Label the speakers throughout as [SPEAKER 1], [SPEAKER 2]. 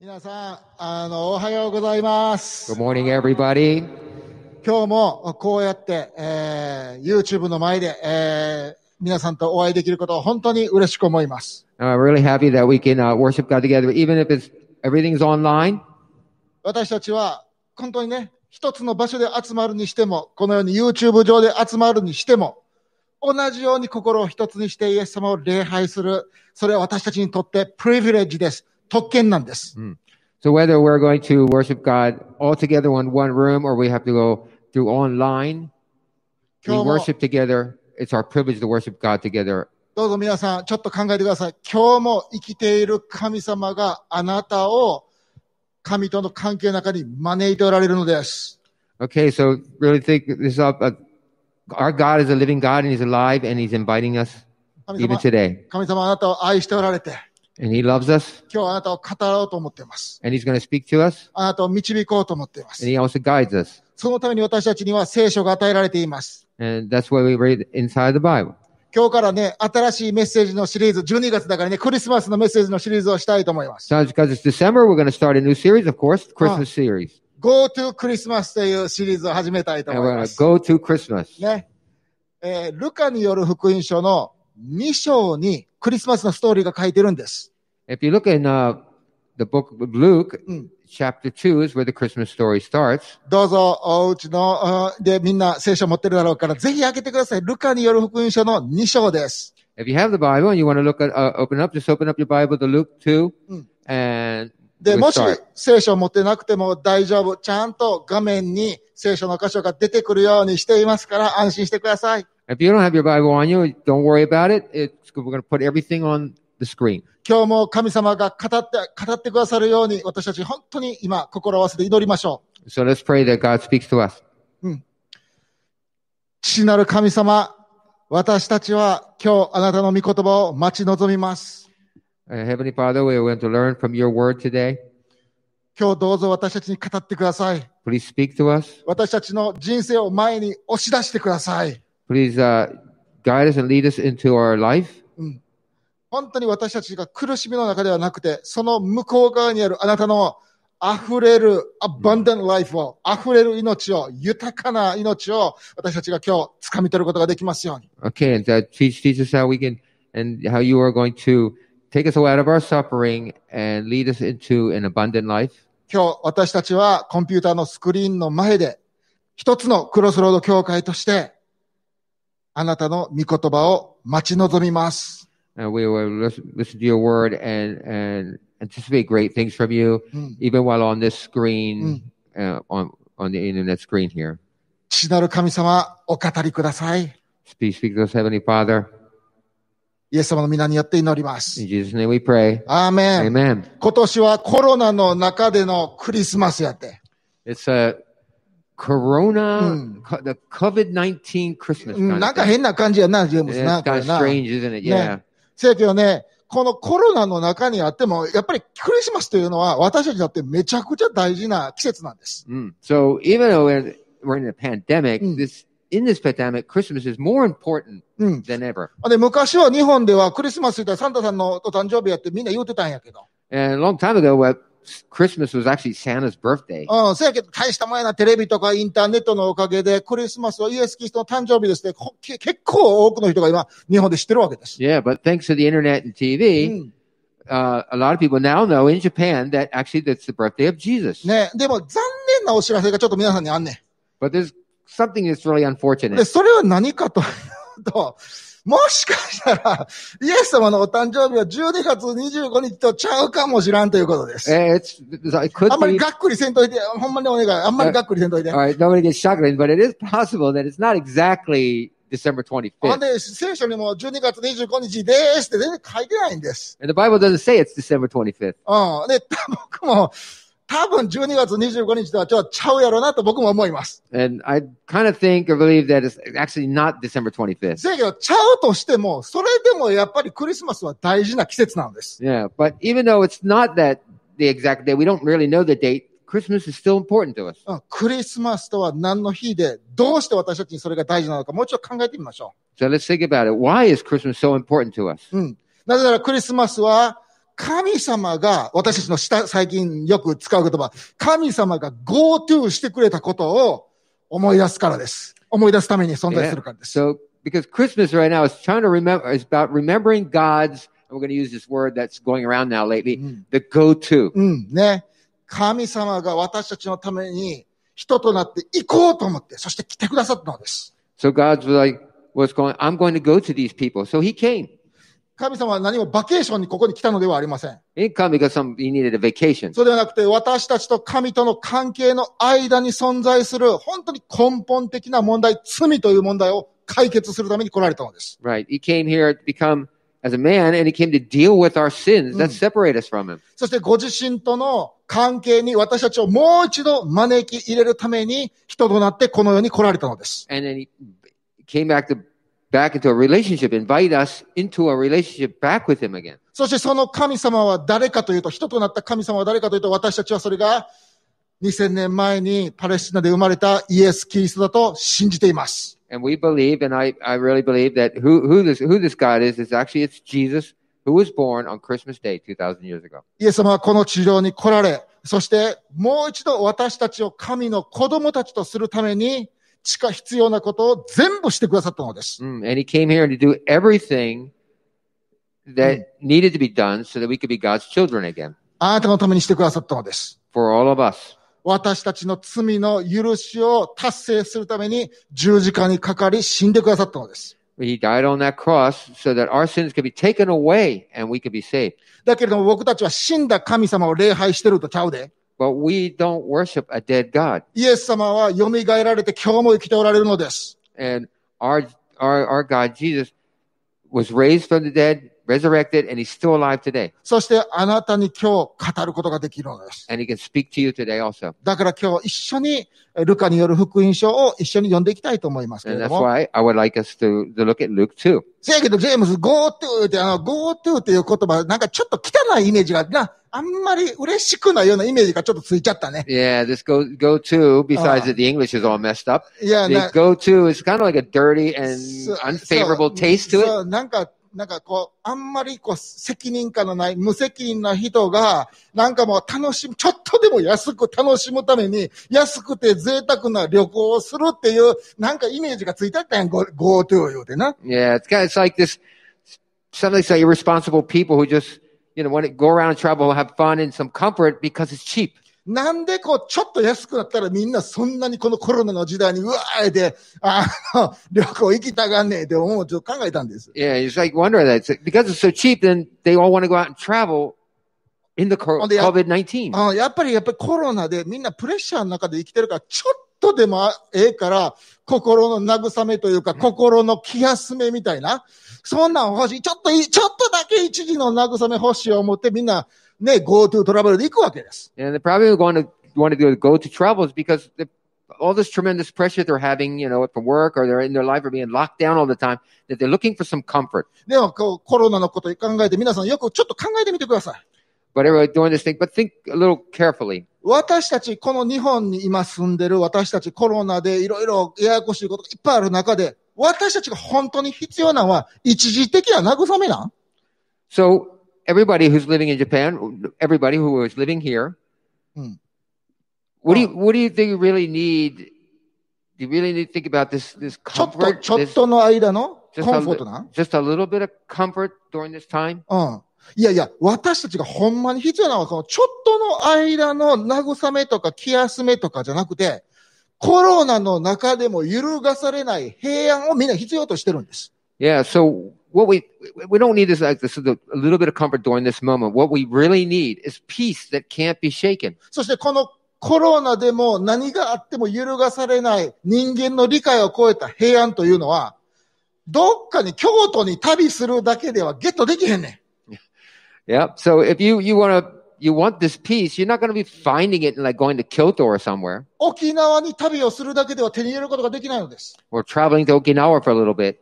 [SPEAKER 1] 皆さん、あの、おはようございます
[SPEAKER 2] Good。morning, everybody.
[SPEAKER 1] 今日もこうやって、えー YouTube の前で、えー皆さんとお会いできることを本当に嬉しく思います。
[SPEAKER 2] I'm really happy that we can uh, worship God together, even if it's everything's online.
[SPEAKER 1] 私たちは、本当にね、一つの場所で集まるにしても、このように YouTube 上で集まるにしても、同じように心を一つにしてイエス様を礼拝する。それは私たちにとってプリヴィレッジです。特権なんです。
[SPEAKER 2] So whether we're going to worship God all together in one room or we have to go through online, we
[SPEAKER 1] 今日も
[SPEAKER 2] worship together. It's our privilege to worship God together.
[SPEAKER 1] どうぞ皆さん、ちょっと考えてください。今日も生きている神様があなたを神との関係の中に招いておられるのです。
[SPEAKER 2] Okay, so really think this up. Uh, our God is a living God and He's alive and He's inviting us
[SPEAKER 1] 神
[SPEAKER 2] even
[SPEAKER 1] 様、
[SPEAKER 2] today.
[SPEAKER 1] 神様あなたを愛しておられて、
[SPEAKER 2] And He loves us
[SPEAKER 1] 今日あなたを語ろうと思っています。
[SPEAKER 2] and He's going to speak to us
[SPEAKER 1] あなたを導こうと思っていま
[SPEAKER 2] and
[SPEAKER 1] す。
[SPEAKER 2] He also guides us.
[SPEAKER 1] そのために私たちには聖書が与えられています。
[SPEAKER 2] And that's why we read inside the Bible.
[SPEAKER 1] 今日からね、新しいメッセージのシリーズ、12月だからね、クリスマスのメッセージのシリーズをしたいと思います。
[SPEAKER 2] So because it's December, we're going to start a new series, of course, Christmas
[SPEAKER 1] Oh.
[SPEAKER 2] series.
[SPEAKER 1] Go to Christmas というシリーズを始めたいと
[SPEAKER 2] And
[SPEAKER 1] 思
[SPEAKER 2] we're
[SPEAKER 1] いま
[SPEAKER 2] going
[SPEAKER 1] す
[SPEAKER 2] to。go to Christmas.
[SPEAKER 1] ね。えールカによる福音書の2章にクリスマスのストーリーが書いてるんです。
[SPEAKER 2] If you look in uh, the book of Luke,
[SPEAKER 1] Mm.
[SPEAKER 2] chapter 2 is where the Christmas story starts.
[SPEAKER 1] どうぞ、おうちの、あーで、みんな聖書持ってるだろうから、ぜひ開けてください。ルカによる福音書の2章です。
[SPEAKER 2] If you have the Bible and you want to look at, uh, open up, just open up your Bible to Luke 2.
[SPEAKER 1] Mm.
[SPEAKER 2] And
[SPEAKER 1] で、
[SPEAKER 2] Good
[SPEAKER 1] もし
[SPEAKER 2] start.
[SPEAKER 1] 聖書を持ってなくても大丈夫。ちゃんと画面に聖書の箇所が出てくるようにしていますから、安心してください。
[SPEAKER 2] if you don't have your Bible on you, don't worry about it. It's, we're going to put everything on the screen.
[SPEAKER 1] 今日も神様が語って、語ってくださるように、私たち本当に今、心を合わせて祈りましょう。
[SPEAKER 2] So let's pray that God speaks to us.
[SPEAKER 1] 父なる神様、私たちは今日あなたの御言葉を待ち望みます。
[SPEAKER 2] Uh, Heavenly Father, we're going to learn from your word today.
[SPEAKER 1] 今日どうぞ私たちに語ってください。
[SPEAKER 2] Please speak to us.
[SPEAKER 1] 私たちの人生を前に押し出してください。
[SPEAKER 2] Please uh, guide us and lead us into our life.
[SPEAKER 1] 本当に私たちが苦しみの中ではなくて、その向こう側にあるあなたの溢れるアバンダントライフを、溢れる命を、豊かな命を私たちが今日掴み取ることができますように。
[SPEAKER 2] Okay, and uh, teach teach us how we can and how you are going to take us away out of our suffering and lead us into an abundant life.
[SPEAKER 1] 今日私たちはコンピューターのスクリーンの前で一つのクロスロード教会としてあなたの御言葉を待ち望みます。
[SPEAKER 2] And we will lis- listen to your word and and anticipate great things from you,
[SPEAKER 1] Mm.
[SPEAKER 2] even while on this screen, uh, on on the internet screen here.
[SPEAKER 1] 父なる神様、お語りください。
[SPEAKER 2] Speak, speak to us, Heavenly Father.
[SPEAKER 1] イエス様の皆によって祈りま
[SPEAKER 2] In
[SPEAKER 1] す。
[SPEAKER 2] Jesus' name, we pray.
[SPEAKER 1] アーメン。
[SPEAKER 2] Amen.
[SPEAKER 1] 今年はコロナの中でのクリスマスやって。
[SPEAKER 2] It's a Corona,
[SPEAKER 1] Mm.
[SPEAKER 2] co- the COVID nineteen Christmas.
[SPEAKER 1] うん
[SPEAKER 2] kind
[SPEAKER 1] なん
[SPEAKER 2] of
[SPEAKER 1] か
[SPEAKER 2] thing.
[SPEAKER 1] 変な感じやな、ジェームス
[SPEAKER 2] Yeah,
[SPEAKER 1] な。
[SPEAKER 2] it's kind of
[SPEAKER 1] これな
[SPEAKER 2] strange, isn't it? Yeah.
[SPEAKER 1] せやけどね、このコロナの中にあっても、やっぱりクリスマスというのは私たちにとってめちゃくちゃ大事な季節なんです。
[SPEAKER 2] Mm. So even though we're, we're in a pandemic,
[SPEAKER 1] Mm.
[SPEAKER 2] this in this pandemic, Christmas is more important
[SPEAKER 1] うん。
[SPEAKER 2] than ever.
[SPEAKER 1] で、昔は日本ではクリスマス言ったらサンタさんのお誕生日やってみんな言うてたんやけど。
[SPEAKER 2] And a long time ago, well, Christmas was actually Santa's birthday.
[SPEAKER 1] うん、せやけど大したもんやなテレビとかインターネットのおかげでクリスマスはイエス・キリストの誕生日ですって、こけ結構多くの人が今日本で知ってるわけです。
[SPEAKER 2] Yeah, but thanks to the internet and
[SPEAKER 1] う
[SPEAKER 2] TV,
[SPEAKER 1] ん、
[SPEAKER 2] uh, a lot of people now know in Japan that actually that's the birthday of Jesus.
[SPEAKER 1] ね、でも残念なお知らせがちょっと皆さんにあんね
[SPEAKER 2] But there's something that's really
[SPEAKER 1] ん。で、
[SPEAKER 2] unfortunate.
[SPEAKER 1] それは何かというと、もしかしたら、イエス様のお誕生日は12月25日とちゃうかもしらんということです。
[SPEAKER 2] Eh, It's, it could
[SPEAKER 1] あんまり
[SPEAKER 2] be.
[SPEAKER 1] がっくりせんといて、ほんまにお願い。あんまりがっくりせんといて
[SPEAKER 2] All。right, nobody gets shocked, but it is possible that it's not exactly December 25th.
[SPEAKER 1] ほんで、聖書にも12月25日でーすって全然書いてないんです。
[SPEAKER 2] And the Bible doesn't say it's December 25th.
[SPEAKER 1] うん。で、 僕も、多分12月25日とはちょっとちゃうやろなと僕も思います。
[SPEAKER 2] And I kind of think or believe that it's actually not December 25th.
[SPEAKER 1] せやけど、ちゃうとしても、それでもやっぱりクリスマスは大事な季節なんです。
[SPEAKER 2] Yeah, but even though it's not that the exact day, we don't really know the date. Christmas is still important to us.
[SPEAKER 1] うん。クリスマスとは何の日で、どうして私たちにそれが大事なのか、もう一度考えてみましょ
[SPEAKER 2] So let's think about it. Why is Christmas so important to us?
[SPEAKER 1] う。うん。なぜならクリスマスは、神様が、私たちの下最近よく使う言葉、神様が GoTo してくれたことを思い出すからです。思い出すために存在するからです。
[SPEAKER 2] So because Christmas right now is trying to remember is about remembering God's and we're going to use this word that's going around now
[SPEAKER 1] う
[SPEAKER 2] lately,
[SPEAKER 1] ん
[SPEAKER 2] the go-to.
[SPEAKER 1] うん、ね。神様が私たちのために人となって行こうと思って、そして来てくださったのです。
[SPEAKER 2] So God's like, what's going I'm going to go to these people. So he came.
[SPEAKER 1] 神様は何もバケーションにここに来たのではありません。
[SPEAKER 2] He didn't come because some he needed a vacation.
[SPEAKER 1] そうではなくて、私たちと神との関係の間に存在する、本当に根本的な問題、罪という問題を解決するために来られたのです。
[SPEAKER 2] Right. He came here to become as a man and he came to deal with our sins that
[SPEAKER 1] Mm.
[SPEAKER 2] separate us from him.
[SPEAKER 1] そしてご自身との関係に私たちをもう一度招き入れるために人となってこの世に来られたのです。
[SPEAKER 2] And then he came back to back into a relationship, invite us into a relationship back with him again.
[SPEAKER 1] そしてその神様は誰かというと、人となった神様は誰かというと、私たちはそれが2000年前にパレスチナで生まれたイエス・キリストだと信じています。
[SPEAKER 2] And we believe, and I, I really believe that who, who this who this God is is actually it's Jesus who was born on Christmas Day two thousand years ago.
[SPEAKER 1] イエス様はこの地上に来られ、そしてもう一度私たちを神の子供たちとするために、地下必要なことを全部してくださったのです。
[SPEAKER 2] Mm, and He came here to do everything that needed to be done so that we could be God's children again
[SPEAKER 1] あなたのためにしてくださったのです。
[SPEAKER 2] for all of us.
[SPEAKER 1] 私たちの罪の許しを達成するために十字架にかかり死んでくださったのです。
[SPEAKER 2] He died on that cross so that our sins could be taken away and we could be saved.
[SPEAKER 1] だけれども僕たちは死んだ神様を礼拝してるとちゃうで。
[SPEAKER 2] But we don't worship a dead God,
[SPEAKER 1] イエス様は蘇られて今日も生きておられるのです。
[SPEAKER 2] and our our our God Jesus was raised from the dead, resurrected, and He's still alive today,
[SPEAKER 1] そしてあなたに今日語ることができるのです。
[SPEAKER 2] and He can speak to you today also.
[SPEAKER 1] だから今日一緒にえルカによる福音書を一緒に読んでいきたいと思いますけれ
[SPEAKER 2] And
[SPEAKER 1] ど
[SPEAKER 2] that's
[SPEAKER 1] も。
[SPEAKER 2] why I would like us to, to look at Luke 2.
[SPEAKER 1] せやけどジェームス GoTo ってあの GoTo っていう言葉なんかちょっと汚いイメージがな、あんまり嬉しくないようなイメージがちょっとついちゃったね。
[SPEAKER 2] Yeah, this go go to. Besides
[SPEAKER 1] Ah.
[SPEAKER 2] that, the English is all messed up.
[SPEAKER 1] いや、な
[SPEAKER 2] The go to is kind of like a dirty and
[SPEAKER 1] そう
[SPEAKER 2] unfavorable
[SPEAKER 1] そう
[SPEAKER 2] taste to
[SPEAKER 1] そ
[SPEAKER 2] it.
[SPEAKER 1] うなんか、なんかこう、あんまりこう、責任感のない、無責任な人が、なんかもう楽しむ、ちょっとでも安く楽しむために、安くて贅沢な旅行をするっていう、なんかイメージがついてあったやん、Go- GoTo 言うてな。
[SPEAKER 2] Yeah, it's kind of, it's like this. Some like say irresponsible people who just you know want to go around and travel, have fun and some comfort because it's cheap.
[SPEAKER 1] なんでこう、ちょっと安くなったらみんなそんなにこのコロナの時代に、うわーで、あの、 旅行行きたがんねえって思う、ちょっと考えたんです。
[SPEAKER 2] Yeah, it's like wonder that it's, because it's so cheap, then they all want to go out and travel in the
[SPEAKER 1] Oh, they-
[SPEAKER 2] COVID nineteen.
[SPEAKER 1] あやっぱり、やっぱりコロナでみんなプレッシャーの中で生きてるから、ちょっとでもええから、心の慰めというか、心の気休めみたいな、そんなん欲しい。ちょっとい、ちょっとだけ一時の慰め欲しい思って、みんな、ね、GoTo トラベルで行くわけです。
[SPEAKER 2] And they're probably going to want to do go to travels because the, all this tremendous pressure they're having, you know, from work or they're in their life or being locked down all the time, that they're looking for some comfort.
[SPEAKER 1] でも、こう、コロナのこと考えて、皆さんよくちょっと考えてみてください。
[SPEAKER 2] But everybody doing this thing, but think a little carefully.
[SPEAKER 1] 私たち、この日本に今住んでる私たちコロナでいろいろややこしいことがいっぱいある中で、私たちが本当に必要なのは、一時的な慰めなん
[SPEAKER 2] So everybody who's living in Japan, everybody who is living here,
[SPEAKER 1] Hmm.
[SPEAKER 2] what do you what do you think you really need? Do you really need to think about this this
[SPEAKER 1] ちょっと、
[SPEAKER 2] comfort,
[SPEAKER 1] ちょっ
[SPEAKER 2] this-
[SPEAKER 1] との間のコ
[SPEAKER 2] just
[SPEAKER 1] ンフォー
[SPEAKER 2] a,
[SPEAKER 1] トな
[SPEAKER 2] just a little bit of comfort during this time?
[SPEAKER 1] うん。いやいや、私たちがほんまに必要なのは、このちょっとの間の慰めとか気休めとかじゃなくて、コロナの中でも揺るがされない平安をみんな必要としてるんです。
[SPEAKER 2] Yeah. So what we we don't need is like this is a little bit of comfort during this moment. What we really need is peace that can't be shaken.
[SPEAKER 1] そしてこのコロナでも何があっても揺るがされない人間の理解を超えた平安というのは、どっかに京都に旅するだけではゲットできへんねん。
[SPEAKER 2] Yeah. So if you you want to you want this peace, you're not going to be finding it in like going to Kyoto or somewhere
[SPEAKER 1] 沖縄に旅をするだけでは手に入れることができないのです。
[SPEAKER 2] or traveling to Okinawa for a little bit.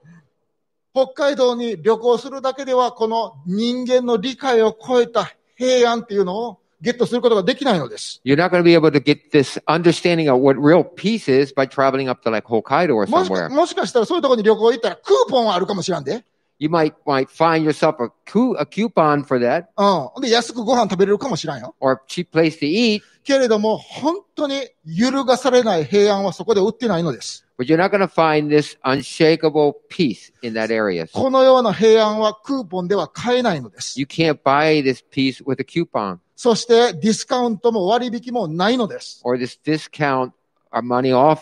[SPEAKER 1] 北海道に旅行するだけでは、この人間の理解を超えた平安っていうのをゲットすることができないのです。
[SPEAKER 2] You're not going to be able to get this understanding of what real peace is by traveling up to like Hokkaido or
[SPEAKER 1] もし
[SPEAKER 2] somewhere.
[SPEAKER 1] かもしかしたらそういうところに旅行行ったらクーポンはあるかもしらんで。
[SPEAKER 2] You might might find yourself a coup, a coupon for that
[SPEAKER 1] うん。で、安くご飯食べれるかもしらんよ。
[SPEAKER 2] or a cheap place to eat,
[SPEAKER 1] けれども、本当に揺るがされない平安はそこで売ってないのです。
[SPEAKER 2] but you're not going to find this unshakable peace in that area.
[SPEAKER 1] このような平安はクーポンでは買えないのです。
[SPEAKER 2] You can't buy this peace with a coupon
[SPEAKER 1] そして、ディスカウントも割引もないのです。
[SPEAKER 2] or this discount or money off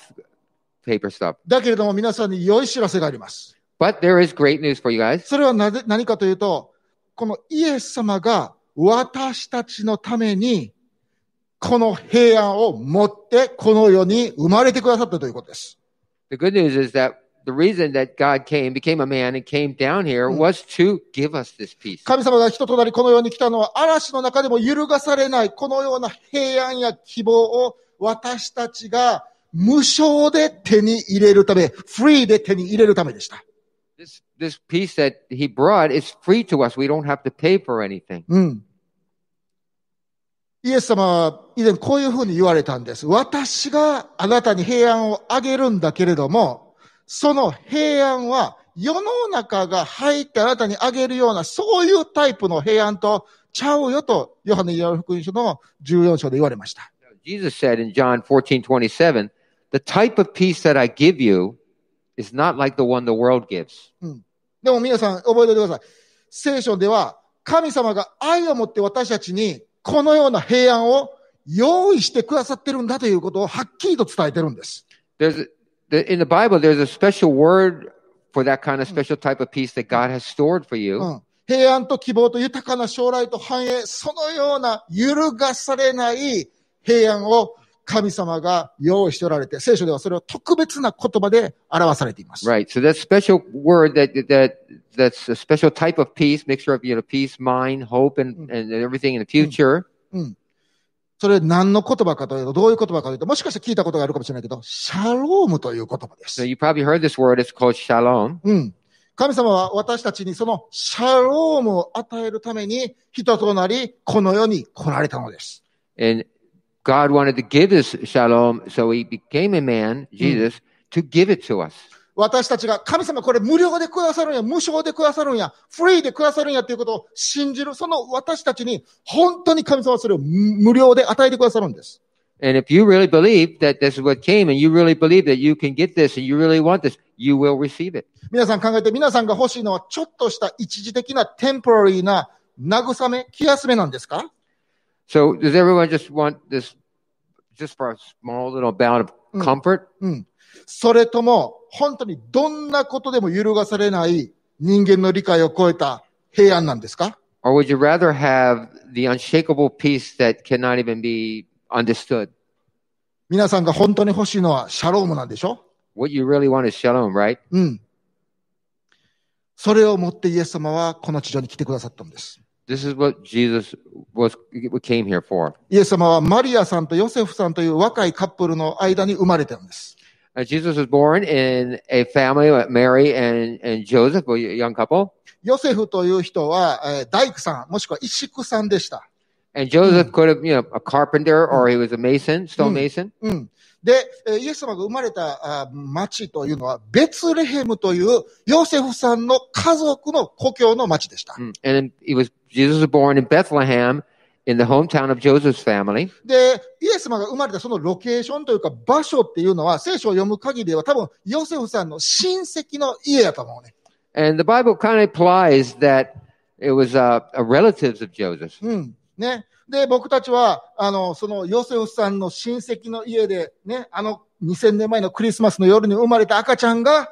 [SPEAKER 2] paper stuff.
[SPEAKER 1] だけれども、皆さんに良い知らせがあります。
[SPEAKER 2] But there is great news for you guys.
[SPEAKER 1] それはなぜ、何かというと、このイエス様が私たちのために、この平安を持って、この世に生まれてくださったということです。
[SPEAKER 2] The good news is that the reason that God came, became a man, and came down here
[SPEAKER 1] Mm.
[SPEAKER 2] was to give us this peace.
[SPEAKER 1] 神様が人となりこの世に来たのは嵐の中でも揺るがされないこのような平安や希望を私たちが無償で手に入れるため、フリーで手に入れるためでした。
[SPEAKER 2] This this peace that he brought is free to us. We don't have to pay for anything.
[SPEAKER 1] うん。イエス様は以前こういうふうに言われたんです。私があなたに平安をあげるんだけれども、その平安は世の中が入ってあなたにあげるようなそういうタイプの平安とちゃうよと、ヨハネヨハネ福音書の14章で言われました。
[SPEAKER 2] Jesus said in John 14, 27, the type of peace that I give you is not like the one the world gives.
[SPEAKER 1] でも皆さん覚えておいてください。聖書では神様が愛を持って私たちにこのような平安を用意してくださってるんだということをはっきりと伝えてるんです。
[SPEAKER 2] There's a- the, in the Bible, there's a special word for that kind of special type of peace that God has stored for
[SPEAKER 1] う
[SPEAKER 2] you.
[SPEAKER 1] ん。平安と希望と豊かな将来と繁栄、そのような揺るがされない平安を神様が用意しておられて、聖書ではそれを特別な言葉で表されています。
[SPEAKER 2] Right. So that special word that that that's a special type of peace, mixture of you know peace, mind, hope, and,
[SPEAKER 1] Mm.
[SPEAKER 2] and everything in the future.
[SPEAKER 1] それ何の言葉かというと、どういう言葉かというと、もしかして聞いたことがあるかもしれないけど、シャロームという言葉です
[SPEAKER 2] So。you probably heard this word. It's called shalom.
[SPEAKER 1] うん。神様は私たちにそのシャロームを与えるために人となり、この世に来られたのです。
[SPEAKER 2] And God wanted to give us shalom, so he became a man, Jesus, to give it to us.
[SPEAKER 1] 私たちが神様これ無料でくださるんや、無償でくださるんや、フリーでくださるんやということを信じる、その私たちに本当に神様はそれを無料で与えてくださるんです。
[SPEAKER 2] And if you really believe that this is what came and you really believe that you can get this and you really want this, you will receive it.
[SPEAKER 1] 皆さん考えて、皆さんが欲しいのはちょっとした一時的なテンポラリーな慰め、気休めなんですか
[SPEAKER 2] So does everyone just want this just for a small little bout of
[SPEAKER 1] Mm.
[SPEAKER 2] comfort?
[SPEAKER 1] うん。それとも、本当にどんなことでも揺るがされない人間の理解を超えた平安なんですか
[SPEAKER 2] Or would you rather have the unshakable peace that cannot even be understood?
[SPEAKER 1] 皆さんが本当に欲しいのはシャロームなんでしょ
[SPEAKER 2] What you really want is shalom, right?
[SPEAKER 1] うん。それを持ってイエス様はこの地上に来てくださったんです。
[SPEAKER 2] This is what Jesus was came here for.
[SPEAKER 1] イエス様はマリアさんとヨセフさんという若いカップルの間に生まれたんです。
[SPEAKER 2] Uh, Jesus was born in a family with Mary and, and Joseph, a young couple.
[SPEAKER 1] ヨセフという人は、えー大工さん、もしくは石工さんでした。
[SPEAKER 2] And Joseph could have, you know, a carpenter or he was a mason,
[SPEAKER 1] Mm.
[SPEAKER 2] stonemason.
[SPEAKER 1] うん。で、えーイエス様が生まれたあー町というのは、ベツレヘムというヨセフさんの家族の故郷の町でした。
[SPEAKER 2] mason. And then he was, Jesus was born in Bethlehem in the hometown of Joseph's family.
[SPEAKER 1] で、イエス様が生まれたそのロケーションというか場所っていうのは、聖書を読む限りでは多分ヨセフさんの親戚の家やと思うね。
[SPEAKER 2] And the Bible kind of implies that it was uh, a relatives of Joseph.
[SPEAKER 1] うん。ね。で、僕たちは、あの、そのヨセフさんの親戚の家で、ね、あの2000年前のクリスマスの夜に生まれた赤ちゃんが、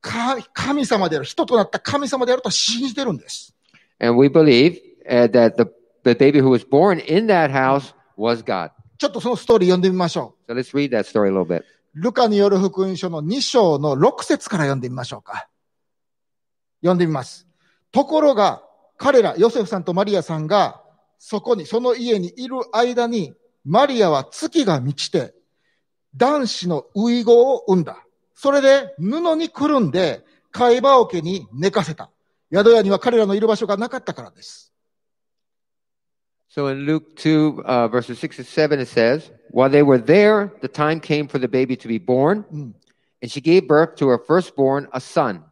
[SPEAKER 1] か神様である、人となった神様であると信じてるんです。
[SPEAKER 2] And we believe uh, that the, the baby who was born in that house was God.
[SPEAKER 1] ちょっとそのストーリー読んでみましょ
[SPEAKER 2] So let's read that story a little bit.
[SPEAKER 1] う。ルカによる福音書の2章の6節から読んでみましょうか。読んでみます。ところが、彼ら、ヨセフさんとマリアさんが、そこに、その家にいる間に、マリアは月が満ちて、男子の遺言を産んだ。それで、布にくるんで、貝羽桶に寝かせた。宿屋には彼らのいる場所がなかったからです。
[SPEAKER 2] So in Luke 2, uh, verses 6 and 7, it says, While they were there, the time came for the baby to be born,
[SPEAKER 1] Mm.
[SPEAKER 2] and she gave birth to her firstborn, a son.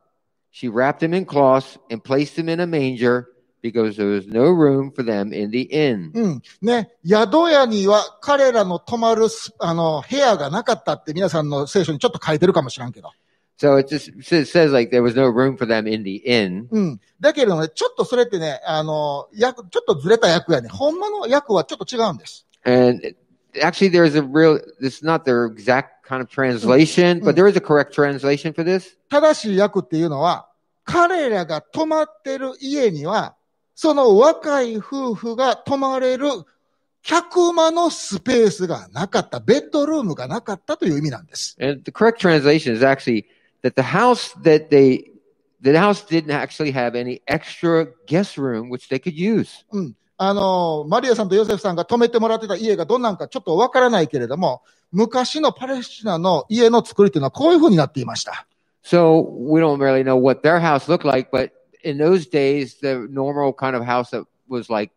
[SPEAKER 2] She wrapped him in cloths and placed him in a manger because there was no room for them in the inn.
[SPEAKER 1] うん。ね、宿屋には彼らの泊まるす、あの、部屋がなかったって皆さんの聖書にちょっと書いてるかもしらんけど。
[SPEAKER 2] So it just it says like there was no room for them in the inn.
[SPEAKER 1] うん。だけれどもね、ちょっとそれってね、あの、役、ちょっとずれた役やね。ほんまの役はちょっと違うんです。
[SPEAKER 2] And it- actually, there's a real, this is not their exact kind of translation,
[SPEAKER 1] Mm.
[SPEAKER 2] but there is a correct translation for this.
[SPEAKER 1] 正しい役っていうのは、彼らが泊まってる家には、その若い夫婦が泊まれる客間のスペースがなかった、ベッドルームがなかったという意味なんです。
[SPEAKER 2] And the correct translation is actually that the house that they, the house didn't actually have any extra guest room which they could use.
[SPEAKER 1] あの、マリアさんとヨセフさんが泊めてもらってた家がどんなんかちょっとわからないけれども、昔のパレスチナの家の作りというのはこういう風になっていました。
[SPEAKER 2] So we don't really know what their house looked like, but in those days, the normal kind of house that was like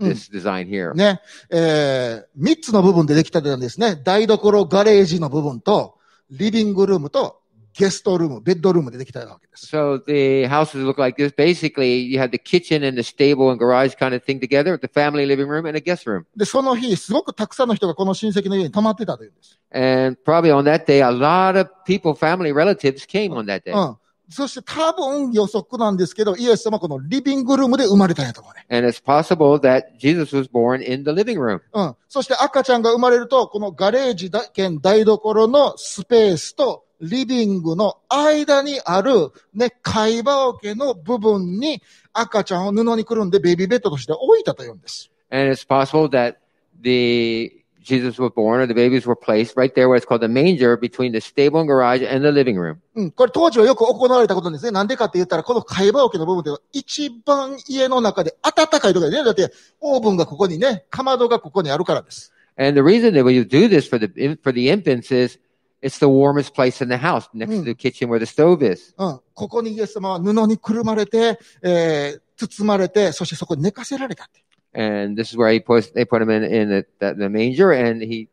[SPEAKER 1] Mm.
[SPEAKER 2] this design here.
[SPEAKER 1] ね。えー、三つの部分でできたてたんですね。台所、ガレージの部分と、リビングルームと、ゲストルーム、ベッドルームでできたわけです。
[SPEAKER 2] So the houses look like this. Basically, you had the kitchen and the stable and garage kind of thing together, the family living room and a guest room.
[SPEAKER 1] で、その日、すごくたくさんの人がこの親戚の家に泊まってたというんです。
[SPEAKER 2] And probably on that day, a lot of people, family, relatives came on that day.
[SPEAKER 1] うん。そして多分予測なんですけど、イエス様はこのリビングルームで生まれたんやと思うね。
[SPEAKER 2] And it's possible that Jesus was born in the living room.
[SPEAKER 1] うん。そして赤ちゃんが生まれると、このガレージだ兼台所のスペースとリビングの間にある、ね、貝羽桶の部分に赤ちゃんを布にくるんでベビーベッドとして置いたというんです。
[SPEAKER 2] And it's possible that the Jesus was born or the babies were placed right there where it's called the manger between the stable and garage and the living room.
[SPEAKER 1] うん。これ当時はよく行われたことなんですね。なんでかって言ったら、この貝羽桶の部分っていうのは一番家の中で暖かいところでね。だって、オーブンがここにね、かまどがここにあるからです。
[SPEAKER 2] And the reason that we do this for the, for the infants is it's the warmest place in the house next to
[SPEAKER 1] Mm.
[SPEAKER 2] the kitchen where the stove is.
[SPEAKER 1] うん。ここにイエス様は布にくるまれて、えー、包まれて、そしてそこに寝かせられたって。
[SPEAKER 2] and this is where he put they put him in in the, the, the manger, and he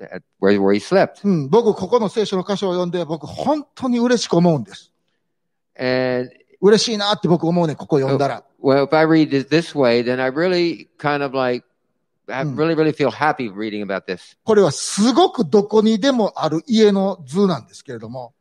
[SPEAKER 2] at where where he slept.
[SPEAKER 1] うん。僕、ここの聖書の箇所を読んで、僕、本当に嬉しく思うんです。
[SPEAKER 2] And
[SPEAKER 1] 嬉しいなって僕思うね、ここ読んだら。
[SPEAKER 2] well, if I read it this way, then I really kind of like I
[SPEAKER 1] Mm.
[SPEAKER 2] really really feel happy reading about this.
[SPEAKER 1] これはすごくどこにでもある家の図なんですけれども、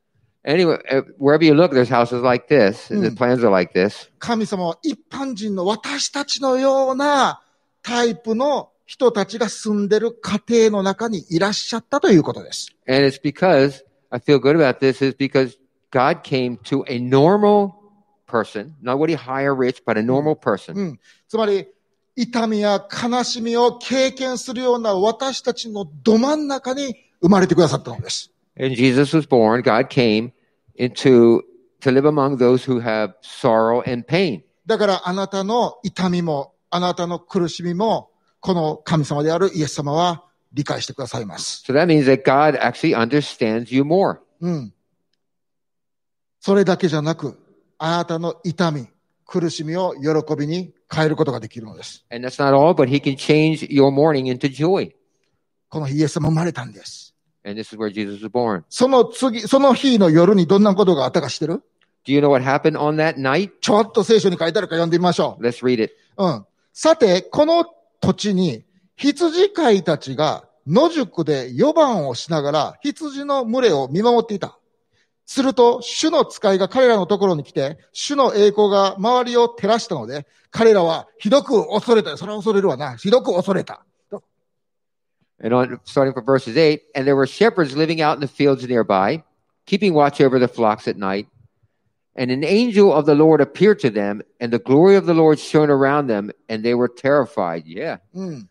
[SPEAKER 2] Anyway, uh, wherever you look, there's houses like this, and the
[SPEAKER 1] Mm.
[SPEAKER 2] plans are like this.
[SPEAKER 1] 神様は一般人の私たちのようなタイプの人たちが住んでる家庭の中にいらっしゃったということです。
[SPEAKER 2] And it's because I feel good about this is because God came to a normal person, not what he higher rich, but a normal person.
[SPEAKER 1] うん。つまり、痛みや悲しみを経験するような私たちのど真ん中に生まれてくださったのです。
[SPEAKER 2] And Jesus was born, God came into to live among those who have sorrow and pain.
[SPEAKER 1] だからあなたの痛みも、あなたの苦しみも、この神様であるイエス様は理解してくださいます。
[SPEAKER 2] So that means that God actually understands you more.
[SPEAKER 1] うん。それだけじゃなく、あなたの痛み、苦しみを喜びに変えることができるのです。
[SPEAKER 2] And that's not all, but he can change your mourning into joy.
[SPEAKER 1] この日イエス様生まれたんです。
[SPEAKER 2] And this is where Jesus was born.
[SPEAKER 1] その次、その日の夜にどんなことがあったか知ってる
[SPEAKER 2] Do you know what happened on that night?
[SPEAKER 1] ちょっと聖書に書いてあるから読んでみましょ
[SPEAKER 2] Let's read it.
[SPEAKER 1] う。うん。さて、この土地に羊飼いたちが野宿で夜番をしながら羊の群れを見守っていた。すると、主の使いが彼らのところに来て、主の栄光が周りを照らしたので、彼らはひどく恐れた。それは恐れるわな。ひどく恐れた。
[SPEAKER 2] And on starting from verses eight, and there were shepherds living out in the fields nearby, keeping watch over the flocks at night. And an angel of the Lord appeared to them, and the glory of the Lord shone around them, and they were terrified. Yeah.
[SPEAKER 1] うん。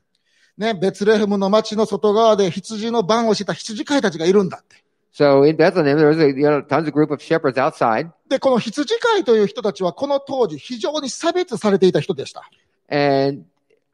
[SPEAKER 1] ね、ベツレヘムの町の外側で羊の番をしてた羊飼いたちがいるんだって。
[SPEAKER 2] So in Bethlehem, there was a, you know, tons of group of shepherds outside,
[SPEAKER 1] で、この羊飼いという人たちはこの当時非常に差別されていた人でした。
[SPEAKER 2] and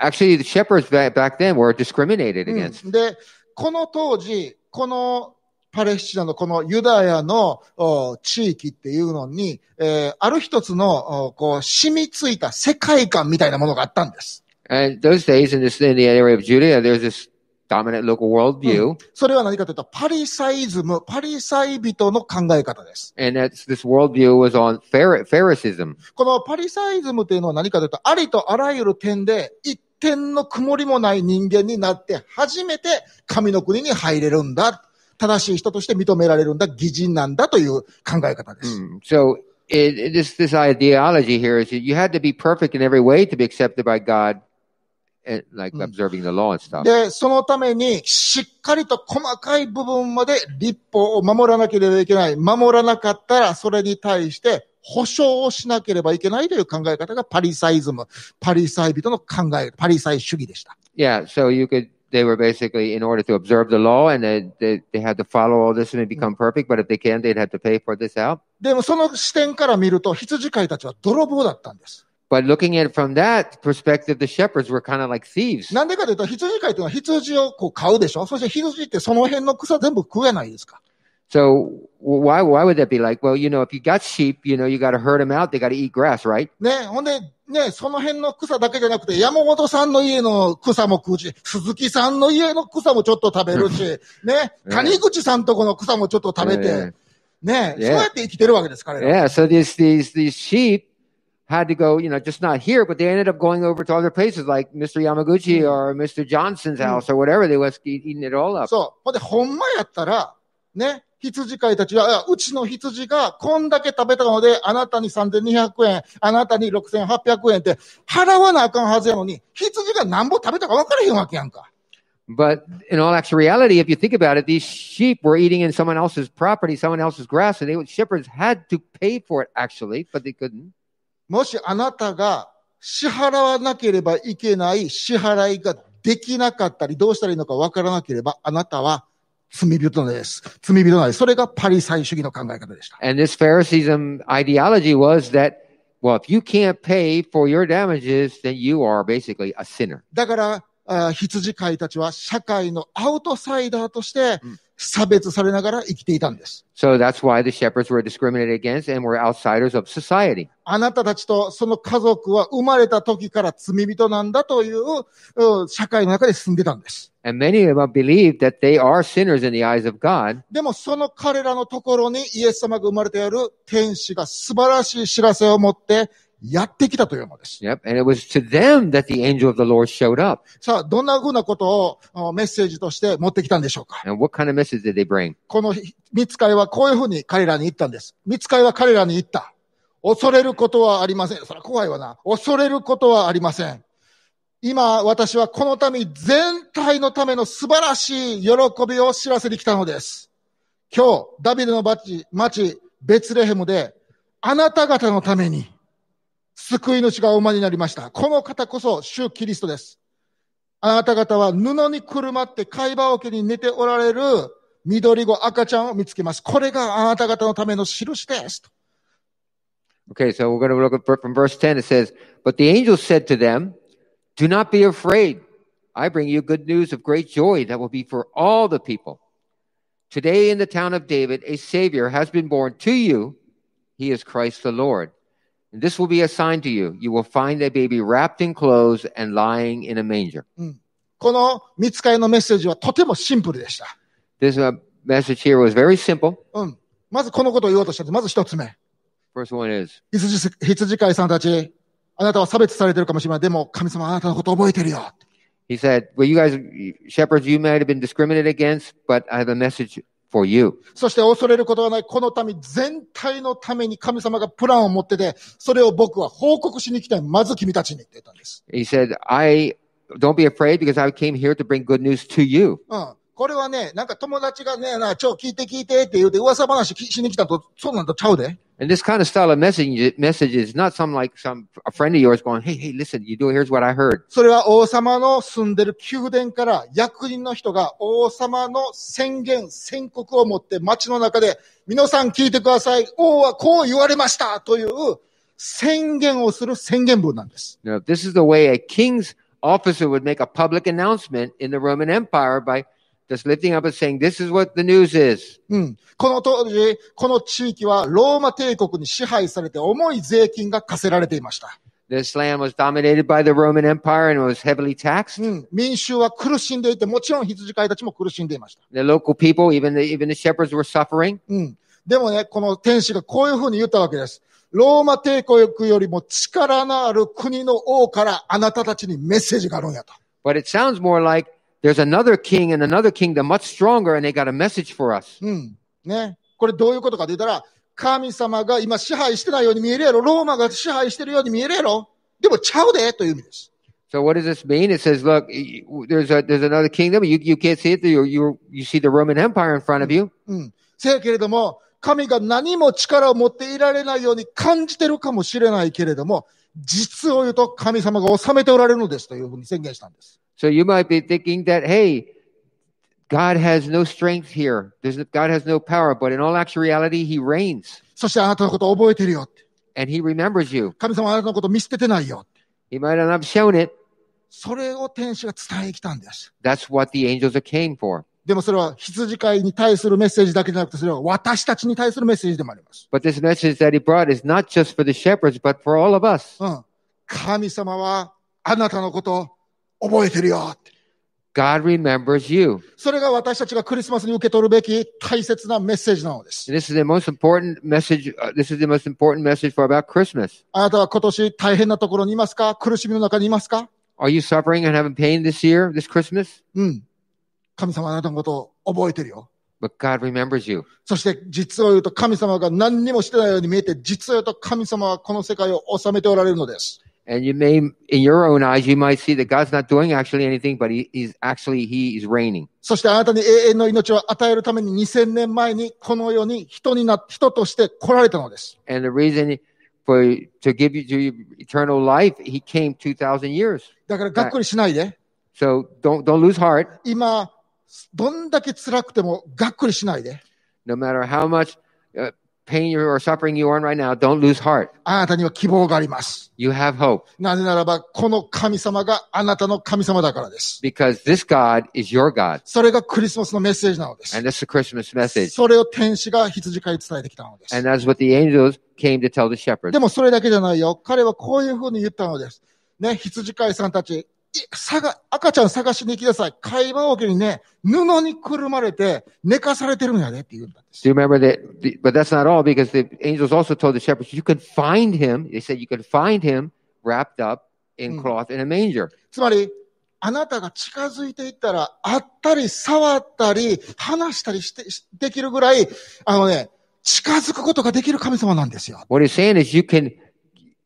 [SPEAKER 2] actually the shepherds back, back then were discriminated
[SPEAKER 1] うん
[SPEAKER 2] against.
[SPEAKER 1] で、この当時、このパレスチナのこのユダヤのお地域っていうのに、えーある一つの、おこう、染みついた世界観みたいなものがあったんです。
[SPEAKER 2] And those days in this in the area of Judea, there's this dominant local worldview,
[SPEAKER 1] それは何かというと、パリサイズム、パリサイ人の考え方です。
[SPEAKER 2] and that's this worldview was on Phari- Phariseeism.
[SPEAKER 1] このパリサイズムというのは何かというと、ありとあらゆる点で、一点の曇りもない人間になって、初めて神の国に入れるんだ。正しい人として認められるんだ。義人なんだという考え方です。
[SPEAKER 2] Mm. So it, it- this this ideology here is that you had to be perfect in every way to be accepted by God, and like
[SPEAKER 1] Mm.
[SPEAKER 2] observing the law and stuff.
[SPEAKER 1] で、そのために、しっかりと細かい部分まで立法を守らなければいけない。守らなかったら、それに対して保証をしなければいけないという考え方がパリサイズム、パリサイ人の考え、パリサイ主義でした。
[SPEAKER 2] Yeah, so you could. They were basically in order to observe the law, and they, they, they had to follow all this and become perfect. But if they can, they'd have to pay for this out.
[SPEAKER 1] でも、その視点から見ると、羊飼いたちは泥棒だったんです。
[SPEAKER 2] But looking at it from that perspective, the shepherds were kind of like thieves.
[SPEAKER 1] なんでかというと、羊飼いというのは羊をこう買うでしょそして羊ってその辺の草全部食えないですか
[SPEAKER 2] So w- why why would that be like? Well, you know, if you got sheep, you know, you got to herd them out. They got to eat grass, right?
[SPEAKER 1] ね、ほんで、ね、その辺の草だけじゃなくて、山本さんの家の草も食うし、鈴木さんの家の草もちょっと食べるし、ね、谷口さんとこの草もちょっと食
[SPEAKER 2] Uh,
[SPEAKER 1] べて、ね、
[SPEAKER 2] ね
[SPEAKER 1] そうやって生きてるわけです、彼
[SPEAKER 2] Yeah.
[SPEAKER 1] ら。
[SPEAKER 2] yeah. So these these these sheep had to go, you know, just not here, but they ended up going over to other places like Mr. Yamaguchi
[SPEAKER 1] Mm.
[SPEAKER 2] or Mr. Johnson's
[SPEAKER 1] Mm.
[SPEAKER 2] house or whatever. They was eat- eating it all up.
[SPEAKER 1] そう。ほんで、ほんまやったら、ね、羊飼いたちは、いやうちの羊がこんだけ食べたので、あなたに3200円、あなたに6800円って払わなあかんはずやのに、羊がなんぼ食べたか分からへんわけやんか。
[SPEAKER 2] But in all actual reality, if you think about it, these sheep were eating in someone else's property, someone else's grass, and they shepherds had to pay for it actually, but they couldn't.
[SPEAKER 1] もしあなたが支払わなければいけない支払いができなかったり、どうしたらいいのかわからなければ、あなたは罪人です。罪人なんです。それがパリサイ主義の考え方でした。
[SPEAKER 2] And this Phariseeism ideology was that, well, if you can't pay for your damages, then you are basically a sinner.
[SPEAKER 1] だから、あー羊飼いたちは社会のアウトサイダーとして
[SPEAKER 2] うん
[SPEAKER 1] 差別されながら生きていたんです。
[SPEAKER 2] So that's why the shepherds were discriminated against and were outsiders of society.
[SPEAKER 1] あなたたちとその家族は生まれた時から罪人なんだといううん社会の中で住んでたんです。
[SPEAKER 2] And many of them believed that they are sinners in the eyes of God.
[SPEAKER 1] でもその彼らのところにイエス様が生まれてやる天使が素晴らしい知らせを持ってやってきたというのです。
[SPEAKER 2] Yep. And it was to them that the angel of the Lord showed up.
[SPEAKER 1] さあ、どんなふうなことをうんメッセージとして持ってきたんでしょうか
[SPEAKER 2] And what kind of message did they bring?
[SPEAKER 1] この見つかいはこういうふうに彼らに言ったんです。見つかいは彼らに言った。恐れることはありません。それは怖いわな。恐れることはありません。今、私はこの民全体のための素晴らしい喜びを知らせに来たのです。今日、ダビデの町、町ベツレヘムで、あなた方のために、救い主がお馬になりました。この方こそ、主キリストです。あなた方は布にくるまって貝羽桶に寝ておられる緑子赤ちゃんを見つけます。これがあなた方のための印です。と
[SPEAKER 2] Okay. So we're going to look at ver- from verse 10. It says, But the angel said to them, Do not be afraid. I bring you good news of great joy that will be for all the people. Today in the town of David, a Savior has been born to you. He is Christ the Lord. And this will be a sign to you. You will find a baby wrapped in clothes and lying in a manger.
[SPEAKER 1] この見つかりのメッセージはとてもシンプルでした。
[SPEAKER 2] This uh, message here was very simple.
[SPEAKER 1] うん。まずこのことを言おうとしたんです。まず一つ目。
[SPEAKER 2] First one is,
[SPEAKER 1] 羊、羊飼いさんたち、あなたは差別されてるかもしれない。でも神様はあなたのことを覚えてるよ。
[SPEAKER 2] he said, Well, you guys, shepherds, you might have been discriminated against, but I have a message for you.
[SPEAKER 1] そして恐れることはない。この民全体のために神様がプランを持ってて、それを僕は報告しに来たい。まず君たちにって言ったんです。
[SPEAKER 2] He said, I don't be afraid because I came here to bring good news to you.
[SPEAKER 1] うん。これはね、なんか友達がね、な、ちょ、聞いて聞いてって言うて噂話きしに来たと、そうなんとちゃうで。
[SPEAKER 2] And this kind of style of message, message is not some like some a friend of yours going, Hey, hey, listen, you do here's what I heard.
[SPEAKER 1] それは王様の住んでる宮殿から役人の人が王様の宣言、宣告を持って街の中で、皆さん聞いてください。王はこう言われましたという宣言をする宣言文なんです。
[SPEAKER 2] Now, this is the way a king's officer would make a public announcement in the Roman Empire by just lifting up and saying, This is what the news is.
[SPEAKER 1] うん。この当時、この地域はローマ帝国に支配されて重い税金が課せられていました。
[SPEAKER 2] This land was dominated by the Roman Empire and was heavily taxed.
[SPEAKER 1] うん、民衆は苦しんでいて、もちろん羊飼いたちも苦しんでいました。
[SPEAKER 2] The local people, even the, even the shepherds, were suffering.
[SPEAKER 1] うん。でもね、この天使がこういうふうに言ったわけです。ローマ帝国よりも力のある国の王からあなたたちにメッセージがあるんやと。
[SPEAKER 2] But it sounds more like there's another king and another kingdom much stronger, and they got a message for us.
[SPEAKER 1] うん。ね。これどういうことかって言ったら、神様が今支配してないように見えるやろ。ローマが支配してるように見えるやろ。でもちゃうでという意味です。
[SPEAKER 2] So what does this mean? It says, look, y- y- there's a there's another kingdom. You you can't see it. You you you see the Roman Empire in front of you.
[SPEAKER 1] うん。せやけれども、神が何も力を持っていられないように感じてるかもしれないけれども、実を言うと神様が治めておられるのですというふうに宣言したんです。
[SPEAKER 2] So you might be thinking that, hey, God has no strength here. There's God has no power, but in all actual reality, He reigns
[SPEAKER 1] そしてあなたのことを覚えてるよって。
[SPEAKER 2] and He remembers you.
[SPEAKER 1] 神様はあなたのことを見捨ててないよって。
[SPEAKER 2] He might not have shown it.
[SPEAKER 1] それを天使が伝えに来たんです。
[SPEAKER 2] That's what the angels are came for.
[SPEAKER 1] でもそれは羊飼いに対するメッセージだけじゃなくて、それは私たちに対するメッセージでもあります。
[SPEAKER 2] But this message that He brought is not just for the shepherds, but for all of us.
[SPEAKER 1] うん。神様はあなたのことを覚えてるよって。
[SPEAKER 2] God remembers you.
[SPEAKER 1] それが私たちがクリスマスに受け取るべき大切なメッセージなのです。
[SPEAKER 2] And this is the most important message. Uh, this is the most important message for about Christmas.
[SPEAKER 1] あなたは今年大変なところにいますか苦しみの中にいますか
[SPEAKER 2] Are you suffering and having pain this year, this Christmas?
[SPEAKER 1] うん。神様はあなたのことを覚えてるよ。
[SPEAKER 2] But God remembers you.
[SPEAKER 1] そして実を言うと神様が何にもしてないように見えて、実を言うと神様はこの世界を治めておられるのです。
[SPEAKER 2] And you may, in your own eyes, you might see that God's not doing actually anything, but he, He's actually He is reigning.
[SPEAKER 1] そしてあなたに永遠の命を与えるために2000年前にこの世に人にな、人として来られたのです。
[SPEAKER 2] And the reason for to give you to you eternal life, He came two thousand years.
[SPEAKER 1] だからがっくりしないで。
[SPEAKER 2] So don't don't lose heart.
[SPEAKER 1] 今、どんだけ辛くてもがっくりしないで。
[SPEAKER 2] No matter how much uh, pain you or suffering you are in right now, don't lose heart.
[SPEAKER 1] あなたには希望があります。
[SPEAKER 2] You have hope
[SPEAKER 1] なぜならば、この神様があなたの神様だからです。
[SPEAKER 2] because this God is your God,
[SPEAKER 1] それがクリスマスのメッセージなので
[SPEAKER 2] and
[SPEAKER 1] す。
[SPEAKER 2] that's the Christmas message.
[SPEAKER 1] それを天使が羊飼いに伝えてきたのです。
[SPEAKER 2] And that's what the angels came to tell the shepherds.
[SPEAKER 1] でもそれだけじゃないよ。彼はこういうふうに言ったのです。ね、羊飼いさんたち、いさが、赤ちゃん探しに行きなさい。会話をけにね、布にくるまれて寝かされてるんやでって言うんだ。
[SPEAKER 2] Do you remember that? the- But that's not all, because the angels also told the shepherds, "You can find him." They said, "You can find him wrapped up in
[SPEAKER 1] Mm.
[SPEAKER 2] cloth in a manger."
[SPEAKER 1] つまり、あなたが近づいていったら、会ったり、触ったり、話したりして、しできるぐらい、あのね、近づくことができる神様なんですよ。
[SPEAKER 2] What he's saying is, you can,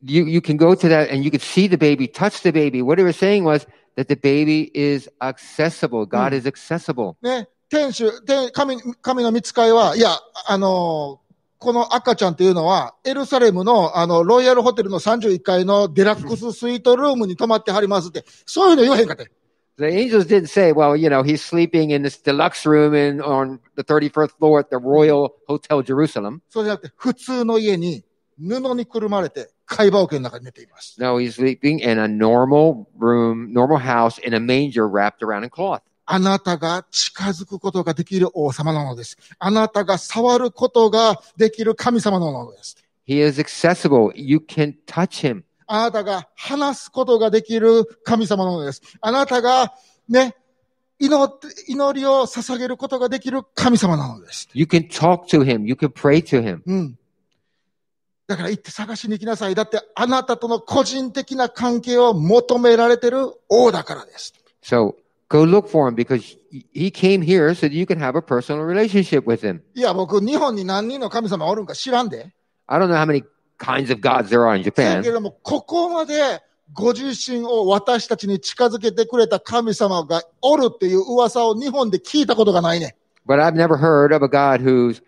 [SPEAKER 2] you you can go to that and you can see the baby, touch the baby. What he was saying was that the baby is accessible. God is accessible.
[SPEAKER 1] ね、天主、天神、神の見つかいは、いや、あのーこの赤ちゃんっていうのは、エルサレムの、あの、ロイヤルホテルの31階のデラックススイートルームに泊まってはりますって、そういうの言わへんかって。
[SPEAKER 2] The angels didn't say, "Well, you know, he's sleeping in this deluxe room in on the thirty first floor at the Royal Hotel Jerusalem."
[SPEAKER 1] そうじゃなくて、普通の家に、布にくるまれて、貝羽桶の中に寝ています。
[SPEAKER 2] No, he's sleeping in a normal room, normal house, in a manger wrapped around in cloth.
[SPEAKER 1] あなたが近づくことができる王様なのです。あなたが触ることができる神様なのです。
[SPEAKER 2] He is accessible. You can touch him.
[SPEAKER 1] あなたが話すことができる神様なのです。あなたがね、祈って、祈りを捧げることができる神様なのです。
[SPEAKER 2] You can talk to him. You can pray to him.
[SPEAKER 1] うん。だから行って探しに行きなさい。だってあなたとの個人的な関係を求められてる王だからです。
[SPEAKER 2] So go look for him because he came here so that you can have a personal relationship with him.
[SPEAKER 1] いや、僕、日本に何人の神様おるんか知らんで。
[SPEAKER 2] I don't know how many kinds of gods there are in
[SPEAKER 1] だけれ
[SPEAKER 2] Japan,
[SPEAKER 1] ども、ここまでご自身を私たちに近づけてくれた神様がおるっていう噂を日本で聞いたことがないね。
[SPEAKER 2] but I've never heard of a God who's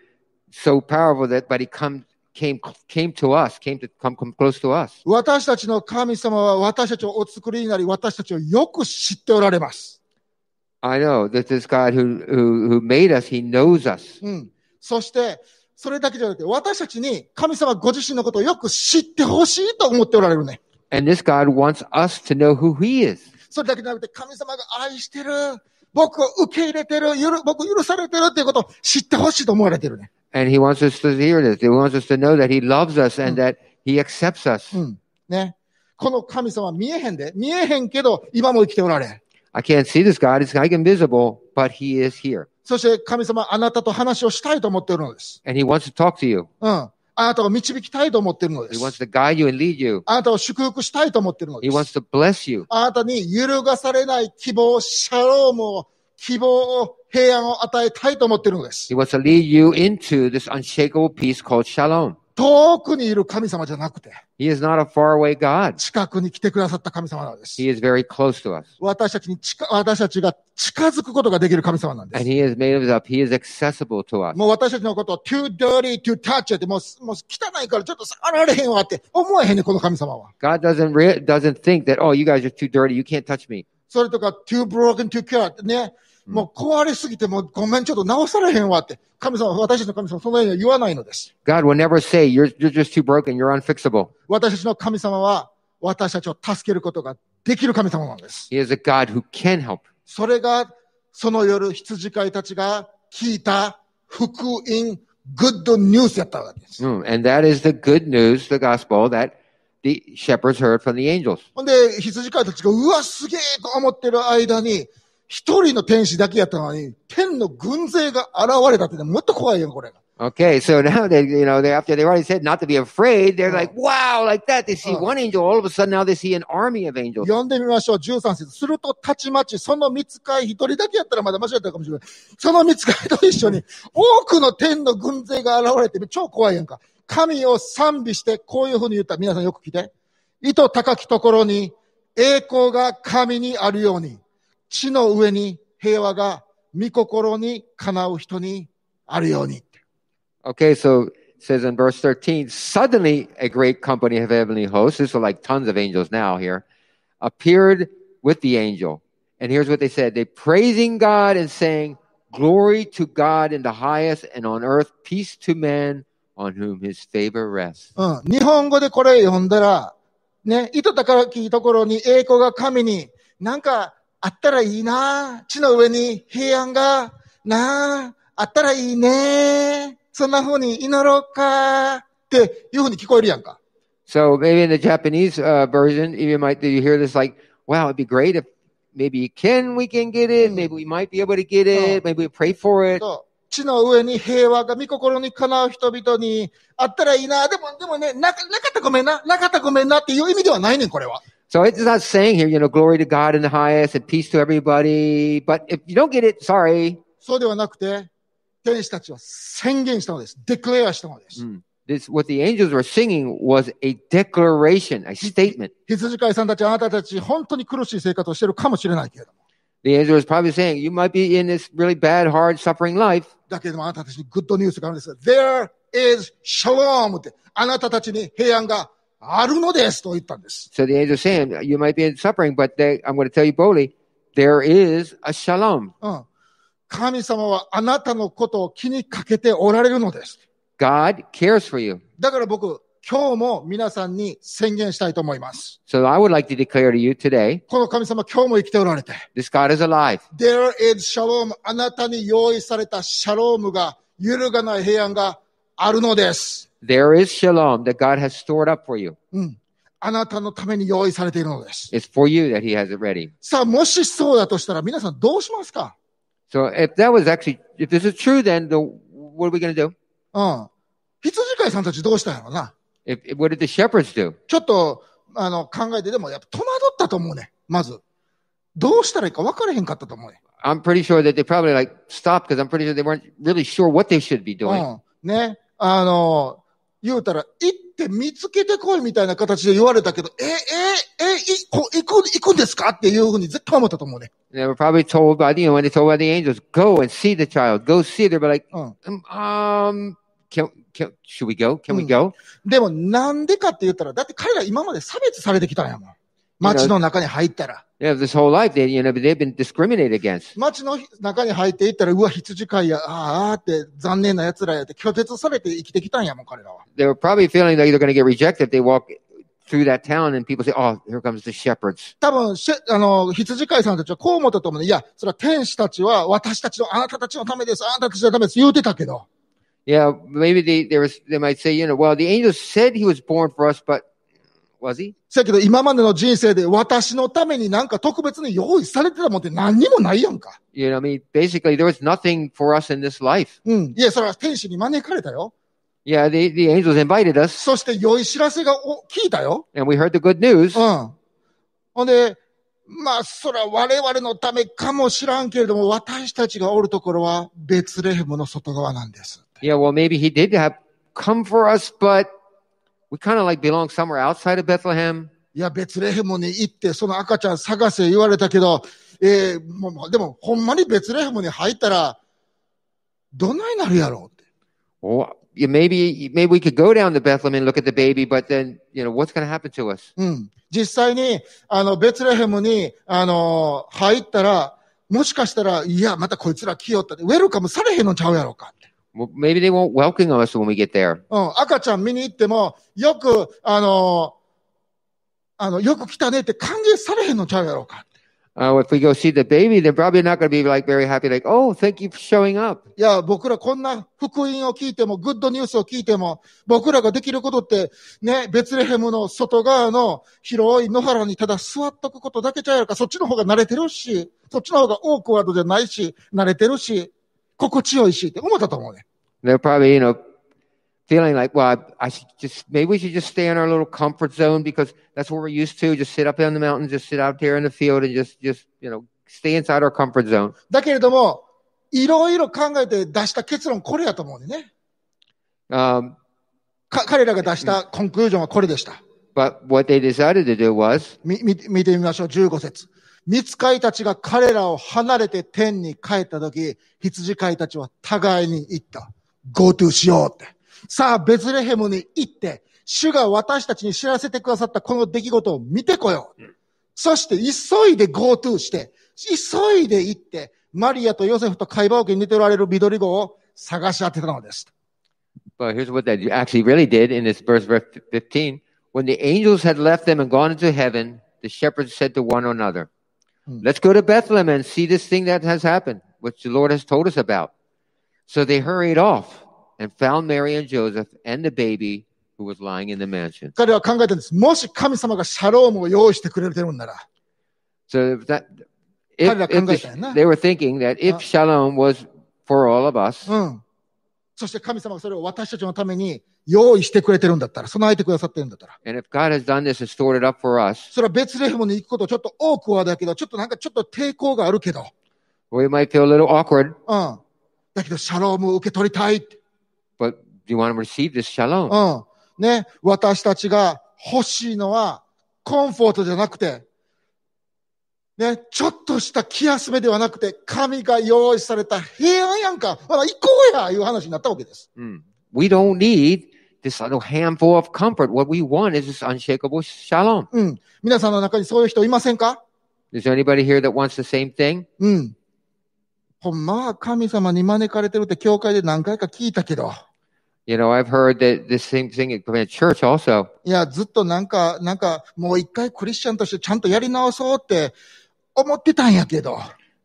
[SPEAKER 2] so powerful that but he come came came to us, came to come come close to us.
[SPEAKER 1] 私たちの神様は私たちをお作りになり、私たちをよく知っておられます。
[SPEAKER 2] I know that this God who who who made us, he knows us.
[SPEAKER 1] うん。そして、それだけじゃなくて、私たちに神様ご自身のことをよく知ってほしいと思っておられるね。
[SPEAKER 2] And this God wants us to know who he is.
[SPEAKER 1] それだけじゃなくて、神様が愛してる、僕を受け入れてる、ゆる僕許されてるっていうことを知ってほしいと思われてるね。
[SPEAKER 2] And he wants us to hear this. He wants us to know that he loves us and that he accepts us.
[SPEAKER 1] うん。ね。この神様見えへんで。見えへんけど、今も生きておられ。
[SPEAKER 2] I can't see this God. He's like invisible, but he is here
[SPEAKER 1] そして神様、あなたと話をしたいと思っているのです。
[SPEAKER 2] and he wants to talk to you.
[SPEAKER 1] うん。あなたを導きたいと思っているので
[SPEAKER 2] He wants
[SPEAKER 1] す。
[SPEAKER 2] to guide you and lead you.
[SPEAKER 1] あなたを祝福したいと思っているの
[SPEAKER 2] He
[SPEAKER 1] です
[SPEAKER 2] wants。to bless you.
[SPEAKER 1] あなたに揺るがされない希望、シャロームを、希望を、平安を与えたいと思っているのです。
[SPEAKER 2] He wants to lead you into this unshakable peace called shalom.
[SPEAKER 1] 遠くにいる神様じゃなくて、
[SPEAKER 2] He is not a faraway God.
[SPEAKER 1] 近くに来てくださった神様なんです。
[SPEAKER 2] He is very close to us.
[SPEAKER 1] 私たちに近、私たちが近づくことができる神様なんで
[SPEAKER 2] And
[SPEAKER 1] す。
[SPEAKER 2] he has made us up. He is accessible to us.
[SPEAKER 1] もう私たちのことを too dirty to touch って、もう、もう汚いからちょっと触られへんわって思えへんねん、この神様は。
[SPEAKER 2] God doesn't re- doesn't think that, oh, you guys are too dirty. You can't touch me.
[SPEAKER 1] それとか too broken to cure ってね、
[SPEAKER 2] うん
[SPEAKER 1] もう壊れすぎてもうごめん、ちょっと直されへんわって、神様、私たちの神様、そのようには言わないのです。
[SPEAKER 2] God will never say, you're, you're just too broken. You're unfixable.
[SPEAKER 1] 私たちの神様は、私たちを助けることができる神様なんです。
[SPEAKER 2] He is a God who can help.
[SPEAKER 1] それが、その夜、羊飼いたちが聞いた福音、グッドニュースやったわけです。
[SPEAKER 2] Mm, And that is the good news, the gospel that the shepherds heard from the angels.
[SPEAKER 1] ほんで、羊飼いたちが、うわ、すげえと思ってる間に、一人の天使だけやったのに、天の軍勢が現れたってね、もっと怖いよ、これが。
[SPEAKER 2] Okay, so now they, you know, they after they already said not to be afraid, they're
[SPEAKER 1] Uh.
[SPEAKER 2] like, wow, like that. They see
[SPEAKER 1] Uh.
[SPEAKER 2] one angel, all of a sudden now they see an army of angels.
[SPEAKER 1] 読んでみましょう、13節。すると、たちまち、その見つかい一人だけやったらまだ間違ったかもしれない。その見つかいと一緒に、多くの天の軍勢が現れて、超怖いやんか。神を賛美して、こういうふうに言った。皆さんよく聞いて。意図高きところに、栄光が神にあるように、地の上に平和が、御心にかなう人にあるように。
[SPEAKER 2] Okay, so it says in verse 13, suddenly a great company of heavenly hosts, this are like tons of angels now here, appeared with the angel. And here's what they said. They praising God and saying, glory to God in the highest and on earth, peace to man on whom his favor rests.
[SPEAKER 1] うん。日本語でこれ読んだら、ね、糸高きところに栄光が神に、なんかあったらいいな地の上に平安が、なあ、あったらいいねそんな風に祈ろうかっていう風に聞こえるやんか。
[SPEAKER 2] So maybe in the Japanese uh, version, you might you hear this like, "Wow, it'd be great if maybe you can we can get it. Maybe we might be able to get it. Maybe we pray for it."
[SPEAKER 1] そう地の上に平和が、御心にかなう人々に、あったらいいなでも、でもね、なか、なかったらごめんな、なかったらごめんなっていう意味ではないねん、これは。
[SPEAKER 2] So it's not saying here, you know, glory to God in the highest and peace to everybody. But if you don't get it, sorry.
[SPEAKER 1] そうではなくて、天使たちは宣言したのです。デクレアしたのです。
[SPEAKER 2] This what the angels were singing was a declaration, a statement.
[SPEAKER 1] 羊飼いさんたち、あなたたち、本当に苦しい生活をしてるかもしれないけれども。
[SPEAKER 2] The angel was probably saying, "You might be in this really bad, hard, suffering life,
[SPEAKER 1] だけれども、あなたたちにグッドニュースがあるんです。There is shalom って、あなたたちに平安があるのですと言ったんです。
[SPEAKER 2] So the angel is saying, you might be in suffering, but they, I'm going to tell you boldly, there is a shalom.
[SPEAKER 1] うん。神様はあなたのことを気にかけておられるのです。
[SPEAKER 2] God cares for you.
[SPEAKER 1] だから僕、今日も皆さんに宣言したいと思います。
[SPEAKER 2] So I would like to declare to you today,
[SPEAKER 1] この神様、今日も生きておられて。
[SPEAKER 2] this God is alive.
[SPEAKER 1] There is shalom あなたに用意されたシャロームが、揺るがない平安があるのです。
[SPEAKER 2] There is shalom that God has stored up for you.
[SPEAKER 1] うん。あなたのために用意されているのです。
[SPEAKER 2] It's for you that he has it ready.
[SPEAKER 1] さあ、もしそうだとしたら皆さんどうしますか
[SPEAKER 2] So if that was actually, if this is true, then the, what are we going to do?
[SPEAKER 1] うん。羊飼いさんたちどうしたんやろうな。
[SPEAKER 2] If, if- what did the shepherds do?
[SPEAKER 1] ちょっと、あの、考えて、でもやっぱ戸惑ったと思うね。まず。どうしたらいいか分からへんかったと思うね。
[SPEAKER 2] I'm pretty sure that they probably like stopped because I'm pretty sure they weren't really sure what they should be
[SPEAKER 1] う
[SPEAKER 2] doing.
[SPEAKER 1] ん。ね。あの、言うたら、行って見つけてこいみたいな形で言われたけど、え、え、え、いこ行く、行くんですかっていうふうに絶対思ったと思うね。
[SPEAKER 2] They were probably told by, the- you know, when they told by the angels, go and see the child, go see it. They were like,
[SPEAKER 1] うん。
[SPEAKER 2] um, um can, can, should we go? Can we
[SPEAKER 1] Mm.
[SPEAKER 2] go?
[SPEAKER 1] でもなんでかって言ったら、だって彼ら今まで差別されてきたんやもん。街の中に入ったら。
[SPEAKER 2] Yeah, this whole life they, you know, they've been discriminated against.
[SPEAKER 1] 街の中に入っていったら、うわ、羊飼いや、あーあーって残念な奴らやって拒絶されて生きてきたんやもん、彼らは。
[SPEAKER 2] They were probably feeling like they're going to get rejected. if They walk through that town and people say, "Oh, here comes the shepherds."
[SPEAKER 1] 多分、しあの、羊飼いさんたちはこう思ったと思うね。いや、それは天使たちは私たちの、あなたたちのためです、あなたたちのためです、言うてたけど。
[SPEAKER 2] Yeah, maybe they they, were, they might say, you know, well, the angel said he was born for us, but was he?
[SPEAKER 1] せやけど今までの人生で私のためになんか特別に用意されてたもんって何にもないやんか。
[SPEAKER 2] You know what I mean? Basically, there was nothing for us in this life.
[SPEAKER 1] うん。いや、それは天使に招かれたよ。
[SPEAKER 2] Yeah, the, the angels invited us
[SPEAKER 1] そして良い知らせがお聞いたよ。
[SPEAKER 2] and we heard the good news.
[SPEAKER 1] うん。ほんで、まあ、そら我々のためかもしらんけれども、私たちがおるところはベツレヘムの外側なんです。
[SPEAKER 2] Yeah, well, maybe he did have come for us, but we kind of like belong somewhere outside of Bethlehem.
[SPEAKER 1] いや、ベツレヘムに行って、その赤ちゃん探せ言われたけど、えーもうもうでも、ほんまにベツレヘムに入ったら、どないなるやろうって。
[SPEAKER 2] Or yeah, maybe maybe we could go down to Bethlehem and look at the baby, but then you know what's going to happen to us?
[SPEAKER 1] うん。実際に、あの、ベツレヘムに、あのー入ったら、もしかしたら、いや、またこいつら来よったって、ウェルカムされへんのちゃうやろうかって。
[SPEAKER 2] Well, maybe they won't welcome us when we get there.
[SPEAKER 1] うん、赤ちゃん見に行っても、よく、あのーあの、よく来たねって歓迎されへんのちゃうやろうか。
[SPEAKER 2] Uh, if we go see the baby, they're probably not going to be like very happy. Like, oh, thank you for showing up.
[SPEAKER 1] いや、僕らこんな福音を聞いても、グッドニュースを聞いても、僕らができることって、ね、ベツレヘムの外側の広い野原にただ座っとくことだけちゃうやろか。そっちの方が慣れてるし、そっちの方がオークワードじゃないし、慣れてるし、心地よいしって思ったと思うね。
[SPEAKER 2] They're probably you know feeling like, well, I, I should just maybe we should just stay in our little comfort zone because that's what we're used to. Just sit up in the mountain, just sit out there in the field, and just just you know stay inside our comfort zone.
[SPEAKER 1] だけれども、いろいろ考えて出した結論これやと思うね。
[SPEAKER 2] Um,
[SPEAKER 1] か彼らが出したコンクルージョンはこれでした。
[SPEAKER 2] But what they decided to do was
[SPEAKER 1] み、み、見てみましょう。15節。見つかいたちが彼らを離れて天に帰ったとき、羊飼いたちは互いに言った。GoTo しようって。さあ、ベツレヘムに行って、主が私たちに知らせてくださったこの出来事を見てこよう。そして、急いで GoTo して、急いで行って、マリアとヨセフと会話を受けに似ておられる緑子を探し当てたのです。
[SPEAKER 2] But here's what they actually really did in this verse verse 15. When the angels had left them and gone into heaven, the shepherds said to one another,
[SPEAKER 1] Hmm.
[SPEAKER 2] Let's go to Bethlehem and see this thing that has happened, which the Lord has told us about. So they hurried off and found Mary and Joseph and the baby who was lying in the mansion.
[SPEAKER 1] 彼は考えたんです。もし神様がシャロームを用意してくれてるんなら、
[SPEAKER 2] So that if,
[SPEAKER 1] Kinda
[SPEAKER 2] if the,
[SPEAKER 1] congregation,
[SPEAKER 2] they were thinking that if
[SPEAKER 1] Huh?
[SPEAKER 2] shalom was for all of us,
[SPEAKER 1] うん。そして神様がそれを私たちのために用意してくれてるんだったら、備えてくださってるんだったら。
[SPEAKER 2] and if God has done this and stored it up for us,
[SPEAKER 1] それはベツレヘムに行くことちょっと多くはだけど、ちょっとなんかちょっと抵抗があるけど、
[SPEAKER 2] we might feel a little awkward,
[SPEAKER 1] うん。だけど、シャロームを受け取りたいって。
[SPEAKER 2] but do you want to receive this shalom?
[SPEAKER 1] うん。ね。私たちが欲しいのは、コンフォートじゃなくて、ね、ちょっとした気休めではなくて、神が用意された平安やんか。ほら、行こうやいう話になったわけです。
[SPEAKER 2] Mm. We don't need this little handful of comfort. What we want is this unshakable shalom.
[SPEAKER 1] うん。皆さんの中にそういう人いませんか
[SPEAKER 2] Is there anybody here that wants the same thing?
[SPEAKER 1] うん。ほんまは神様に招かれてるって教会で何回か聞いたけど、
[SPEAKER 2] You know, I've heard that this same thing at church also.
[SPEAKER 1] いや、ずっとなんか、なんか、もう一回クリスチャンとしてちゃんとやり直そうって思ってたんやけど、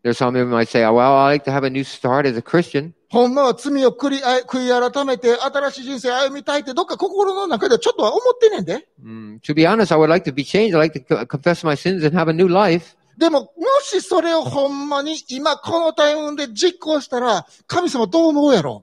[SPEAKER 2] There's some who might say, oh, well, I like to have a new start as a Christian.
[SPEAKER 1] ほんまは罪を繰りあ悔い改めて新しい人生歩みたいってどっか心の中ではちょっとは思ってんねんで。
[SPEAKER 2] Mm. To be honest, I would like to be changed. I like to co- confess my sins and have a new life.
[SPEAKER 1] でも、もしそれをほんまに今このタイミングで実行したら、神様どう思うやろ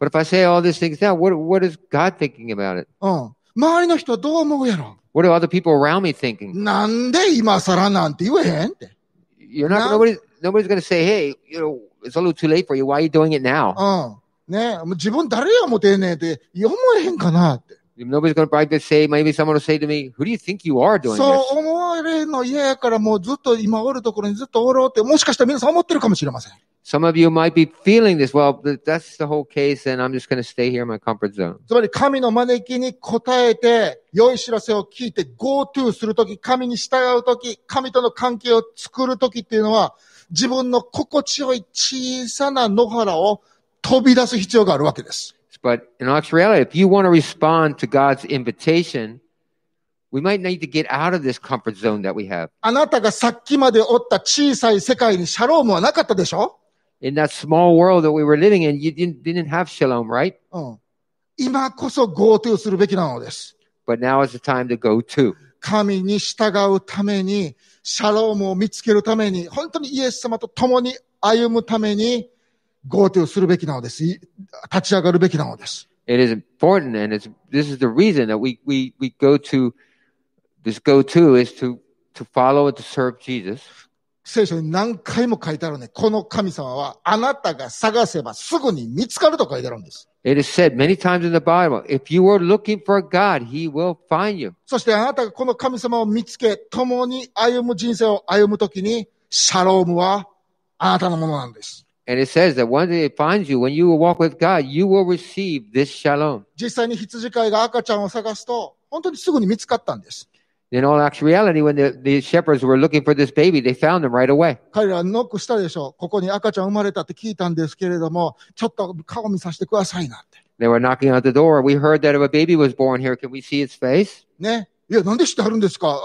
[SPEAKER 2] But if I say all these things now, what, what is God thinking about it?
[SPEAKER 1] うん。周りの人はどう思うやろ
[SPEAKER 2] What are other people around me thinking?
[SPEAKER 1] なんで今更なんて言えへんって。
[SPEAKER 2] You're not,
[SPEAKER 1] No.
[SPEAKER 2] nobody, nobody's going to say, hey, you know, it's a little too late for you. Why are you doing it now?
[SPEAKER 1] うん。ねえ、もう自分誰や思てんねんって、思えへんかなって。
[SPEAKER 2] Nobody's going to probably say, maybe someone will say to me, who do you think you are doing
[SPEAKER 1] そう
[SPEAKER 2] this?
[SPEAKER 1] 思われるの嫌やからもうずっと今おるところにずっとおろうって、もしかしたら皆さん思ってるかもしれません。
[SPEAKER 2] Some of you might be feeling this. Well, th- that's the whole case, and I'm just going to stay here in my comfort zone.
[SPEAKER 1] つまり神の招きに応えて、良い知らせを聞いて、GoTo するとき、神に従うとき、神との関係を作るときっていうのは、自分の心地よい小さな野原を飛び出す必要があるわけです。
[SPEAKER 2] But in actuality, if you want to respond to God's invitation, we might need to get out of this comfort zone that we have.
[SPEAKER 1] あなたがさっきまでおった小さい世界にシャロームはなかったでしょ
[SPEAKER 2] In that small world that we were living in, you didn't, didn't have shalom, right?
[SPEAKER 1] うん。今こそ GoTo するべきなのです。
[SPEAKER 2] but now is the time to go to.
[SPEAKER 1] 神に従うために、シャロームを見つけるために、本当にイエス様と共に歩むために、GoTo するべきなのです。い立ち上がるべきなのです。
[SPEAKER 2] It is important, and it's this is the reason that we we we go to. This go to is to to follow and to serve Jesus.
[SPEAKER 1] 聖書に何回も書いてあるね。この神様は、あなたが探せばすぐに見つかると書いてあるんです。
[SPEAKER 2] It is said many times in the Bible, if you are looking for God, He will find you.
[SPEAKER 1] そしてあなたがこの神様を見つけ、共に歩む人生を歩むときに、シャロームはあなたのものなんです。
[SPEAKER 2] And it says that one day it finds you, when you will walk with God, you will receive this shalom.
[SPEAKER 1] 実際に羊飼いが赤ちゃんを探すと、本当にすぐに見つかったんです。
[SPEAKER 2] In all actuality, when the, the shepherds were looking for this baby, they found him right away.
[SPEAKER 1] 彼らはノックしたでしょう。ここに赤ちゃん生まれたって聞いたんですけれども、ちょっと顔見させてくださいなって。
[SPEAKER 2] They were knocking at the door. We heard that a baby was born here. Can we see his face?
[SPEAKER 1] ね。いや、なんで知ってはるんですかああ、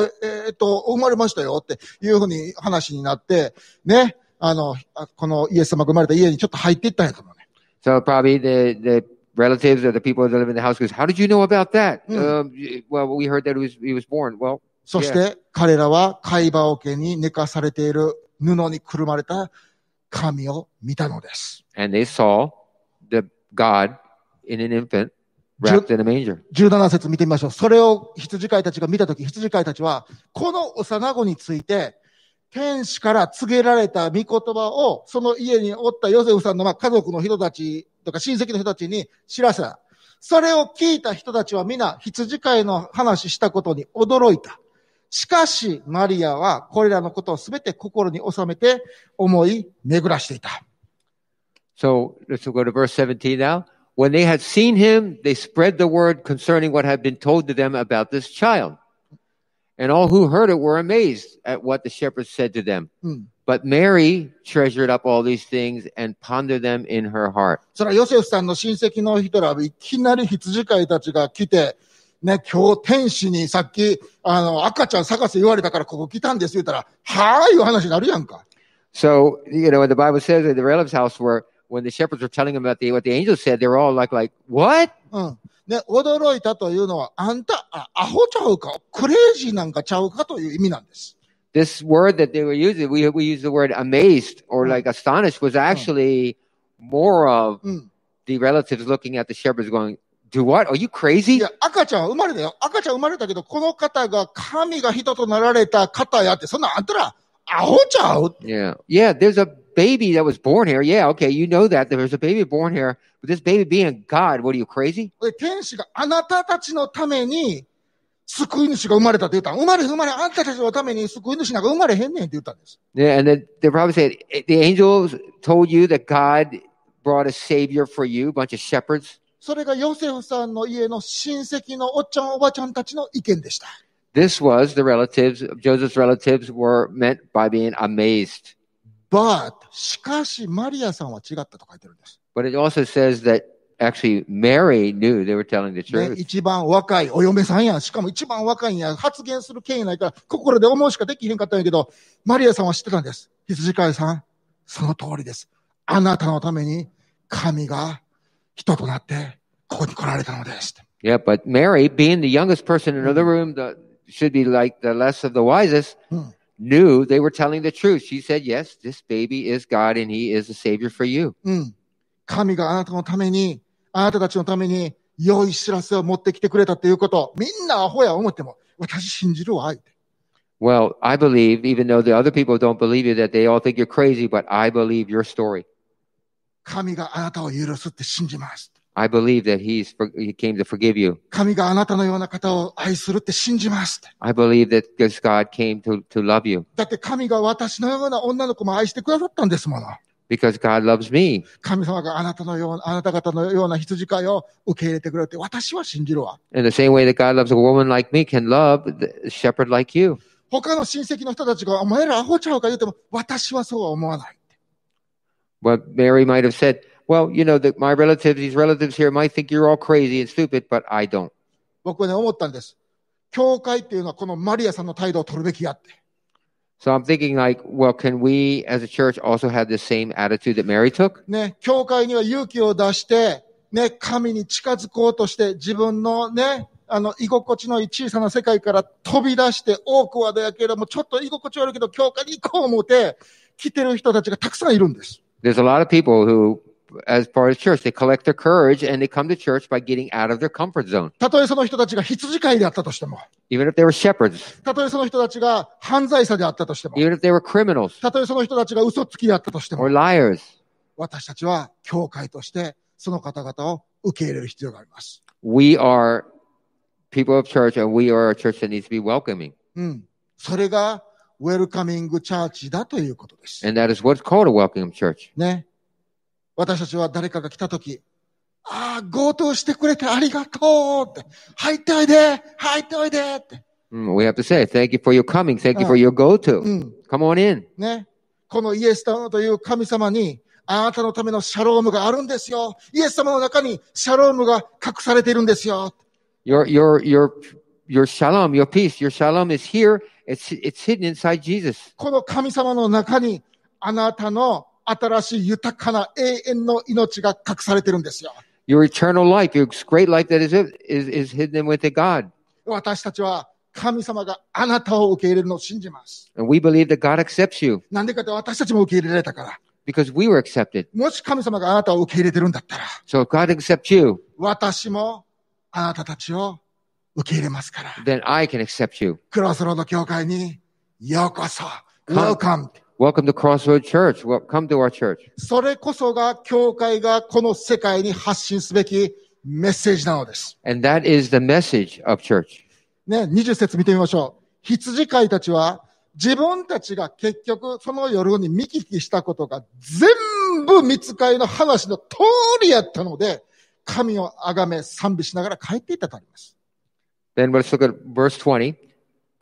[SPEAKER 1] あえーっと、生まれましたよっていうふうに話になって、ね。あの、あこのイエス様が生まれた家にちょっと入っていったんやと思うね。
[SPEAKER 2] So probably the, the relatives or the people that live in the house goes, how did you know about that?
[SPEAKER 1] Hmm.
[SPEAKER 2] Um, y- well, we heard that he was, he was born. Well,
[SPEAKER 1] そして、彼らは貝羽桶に寝かされている布にくるまれた神を見たのです。
[SPEAKER 2] and they saw the God in an infant wrapped in a manger.
[SPEAKER 1] 17節見てみましょう。それを羊飼いたちが見たとき、羊飼いたちは、この幼子について、天使から告げられた御言葉を、その家におったヨセフさんのまあ家族の人たちとか親戚の人たちに知らせた。それを聞いた人たちは皆羊飼いの話したことに驚いた。しかし、マリアはこれらのことをすべて心に収めて思い巡らしていた。
[SPEAKER 2] So let's go to verse 17 now. When they had seen him, they spread the word concerning what had been told to them about this child. And all who heard it were amazed at what the shepherds said to them.
[SPEAKER 1] うん。
[SPEAKER 2] But Mary treasured up all these things and pondered them in her heart.
[SPEAKER 1] それはヨセフさんの親戚の人らはいきなり羊飼いたちが来て、ね、今日天使にさっき、あの、赤ちゃん探せ言われたからここ来たんです言ったら、はーいいう話になるやんか。
[SPEAKER 2] So, you know, the Bible says that the relatives' house were, when the shepherds were telling them about the, what the angels said, they were all like, like, what?
[SPEAKER 1] うん。ね、驚いたというのは、あんた、あ、アホちゃうか、クレイジーなんかちゃうかという意味なんです。
[SPEAKER 2] This word that they were using, we, we use the word amazed or like astonished was actually more of
[SPEAKER 1] うん。
[SPEAKER 2] the relatives looking at the shepherds going, Do what? Are you crazy?
[SPEAKER 1] いや、赤ちゃんは生まれたよ。赤ちゃん生まれたけど、この方が神が人となられた方やって、そんなんあんたら、アホちゃう
[SPEAKER 2] Yeah. Yeah, there's a baby that was born here. Yeah, okay, you know that. There was a baby born here. But this baby being God, what are you crazy?
[SPEAKER 1] で天使があなたたちのために救い主が生まれたって言ったん生まれへん生まれへんあんたたちのために救い主なんか生まれへんねんって言ったんです。
[SPEAKER 2] Yeah, and then they probably said, "Eh, The angels told you that God brought a savior for you, a bunch of shepherds.
[SPEAKER 1] それがヨセフさんの家の親戚のおっちゃんおばちゃんたちの意見でした。
[SPEAKER 2] This was the relatives, Joseph's relatives were meant by being amazed.
[SPEAKER 1] But しかしマリアさんは違ったと書いてるんです。
[SPEAKER 2] But it also says that actually Mary knew they were telling the
[SPEAKER 1] ね
[SPEAKER 2] truth.
[SPEAKER 1] 一番若いお嫁さんやん。しかも一番若いんや。発言する権威ないから心で思うしかできへんかったんやけど、マリアさんは知ってたんです。羊飼いさん、その通りです。あなたのために神が人となってここに来られたのです。
[SPEAKER 2] Yeah, but Mary, being the youngest person in the room, the, should be like the less of the wisest,
[SPEAKER 1] Hmm.
[SPEAKER 2] knew they were telling the truth. She said, Yes, this baby is God and he is the savior for you.
[SPEAKER 1] うん。神があなたのために、あなたたちのために、良い知らせを持ってきてくれたっていうこと、みんなアホや思っても、私信じるわ、言うて
[SPEAKER 2] Well, I believe, even though the other people don't believe you, that they all think you're crazy, but I believe your story.
[SPEAKER 1] 神があなたを許すって信じます。
[SPEAKER 2] I believe that he's for, he came to forgive you.
[SPEAKER 1] 神があなたのような方を愛するって信じますって。
[SPEAKER 2] I believe that this God came to, to love you
[SPEAKER 1] だって神が私のような女の子も愛してくださったんですもの。
[SPEAKER 2] because God loves me.
[SPEAKER 1] 神様があなたのような、あなた方のような羊飼いを受け入れてくれて、私は信じるわ。
[SPEAKER 2] In the same way that God loves a woman like me, can love the shepherd like you.
[SPEAKER 1] 他の親戚の人たちが、お前らアホちゃうか言うても、私はそうは思わない。
[SPEAKER 2] But Mary might have said, well, you know, that my relatives, these relatives here might think you're all crazy and stupid, but I don't.
[SPEAKER 1] 僕はね、思ったんです。教会っていうのはこのマリアさんの態度を取るべきやって。
[SPEAKER 2] So I'm thinking like, well, can we as a church also have the same attitude that Mary took?
[SPEAKER 1] ね、教会には勇気を出して、ね、神に近づこうとして自分のね、あの、居心地のいい小さな世界から飛び出して、多くはだけれども、ちょっと居心地悪いけど、教会に行こう思って、来てる人たちがたくさんいるんです。
[SPEAKER 2] There's a lot of people who, as part of church, they collect their courage and they come to church by getting out of their comfort zone,
[SPEAKER 1] たとえその人たちが羊飼いであったとしても、
[SPEAKER 2] even if they were shepherds,
[SPEAKER 1] たとえその人たちが犯罪者であったとしても、
[SPEAKER 2] even if they were criminals
[SPEAKER 1] たとえその人たちが嘘つきであったとしても、
[SPEAKER 2] or liars.
[SPEAKER 1] 私たちは教会としてその方々を受け入れる必要があります。
[SPEAKER 2] We are people of church and we are a church that needs to be welcoming.
[SPEAKER 1] うん。それがウェルカミングチャーチだということです。
[SPEAKER 2] And that is what's called a welcoming church.
[SPEAKER 1] ね。私たちは誰かが来たとき、ああ、強盗してくれてありがとうって、入っておいで入っておいでって。
[SPEAKER 2] Mm, We have to say, thank you for your coming. Thank you
[SPEAKER 1] Uh.
[SPEAKER 2] for your go to.
[SPEAKER 1] うん。
[SPEAKER 2] Come on in.
[SPEAKER 1] ね。このイエス様という神様に、あなたのためのシャロームがあるんですよ。イエス様の中にシャロームが隠されているんですよ。
[SPEAKER 2] Your, your, your, your shalom, your peace, your shalom is here. It's, it's hidden inside Jesus.
[SPEAKER 1] この神様の中に、あなたの新しい豊かな永遠の命が隠されてるんですよ。
[SPEAKER 2] Your eternal life, your great life that is, is, is hidden within God.
[SPEAKER 1] 私たちは神様があなたを受け入れるのを信じます。
[SPEAKER 2] And we believe that God accepts you
[SPEAKER 1] なんでかって私たちも受け入れられたから。
[SPEAKER 2] because we were accepted.
[SPEAKER 1] もし神様があなたを受け入れてるんだったら、
[SPEAKER 2] So if God accepts you,
[SPEAKER 1] 私もあなたたちを受け入れますから。
[SPEAKER 2] then I can accept you.
[SPEAKER 1] クロスロード教会にようこそ。
[SPEAKER 2] Come.
[SPEAKER 1] Welcome.
[SPEAKER 2] Welcome to Crossroad Church. Well, come to our church.
[SPEAKER 1] それこそが教会がこの世界に発信すべきメッセージなのです。
[SPEAKER 2] And that is the message of church.
[SPEAKER 1] ね、20節見てみましょう。羊飼いたちは、自分たちが結局、その夜に見聞きしたことが全部見つかりの話の通りやったので、神を崇め賛美しながら帰っていったとあります。
[SPEAKER 2] Then let's look at verse 20.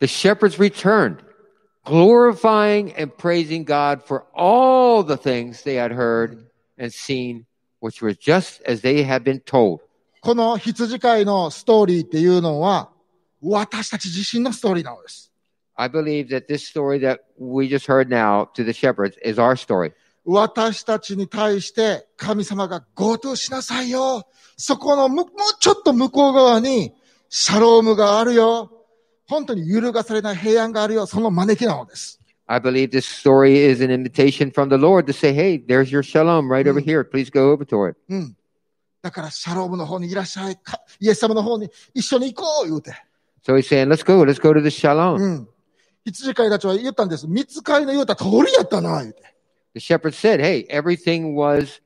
[SPEAKER 2] The shepherds returned, glorifying and praising God for all the things they had heard and seen, which were just as they had been told.
[SPEAKER 1] この羊飼いのストーリーっていうのは、私たち自身のストーリーなのです。
[SPEAKER 2] I believe that this story that we just heard now to the shepherds is our story.
[SPEAKER 1] 私たちに対して神様が GoTo しなさいよ。そこのむもうちょっと向こう側にシャロームがあるよ。本当に揺るがされない平安があるよ。その招きなのです。
[SPEAKER 2] I believe this story is an invitation from the Lord to say, Hey, there's your shalom right over here. Please go over to it.
[SPEAKER 1] うん。だからシャロームの方にいらっしゃい。かイエス様の方に一緒に行こう言うて。
[SPEAKER 2] So he's saying, Let's go. Let's go to the shalom.
[SPEAKER 1] うん。羊飼いたちは言ったんです。見つかりの言うた通りやったな、言うて。
[SPEAKER 2] The shepherds said, Hey, everything was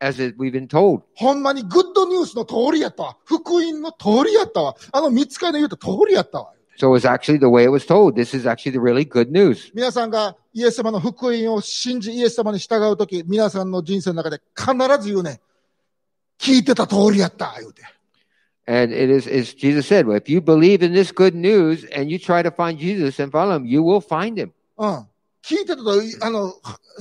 [SPEAKER 2] as it, we've been told.
[SPEAKER 1] ほんまにグッドニュースの通りやったわ。福音の通りやったわ。あの見つかりの言うた通りやったわ。
[SPEAKER 2] So it's actually the way it was told. This is actually the really good news.
[SPEAKER 1] 皆さんがイエス様の福音を信じ、イエス様に従うとき、皆さんの人生の中で必ず言うね。聞いてた通りやった、言うて。
[SPEAKER 2] And it is, as Jesus said, well, if you believe in this good news and you try to find Jesus and follow him, you will find him.
[SPEAKER 1] うん。聞いてたと、あの、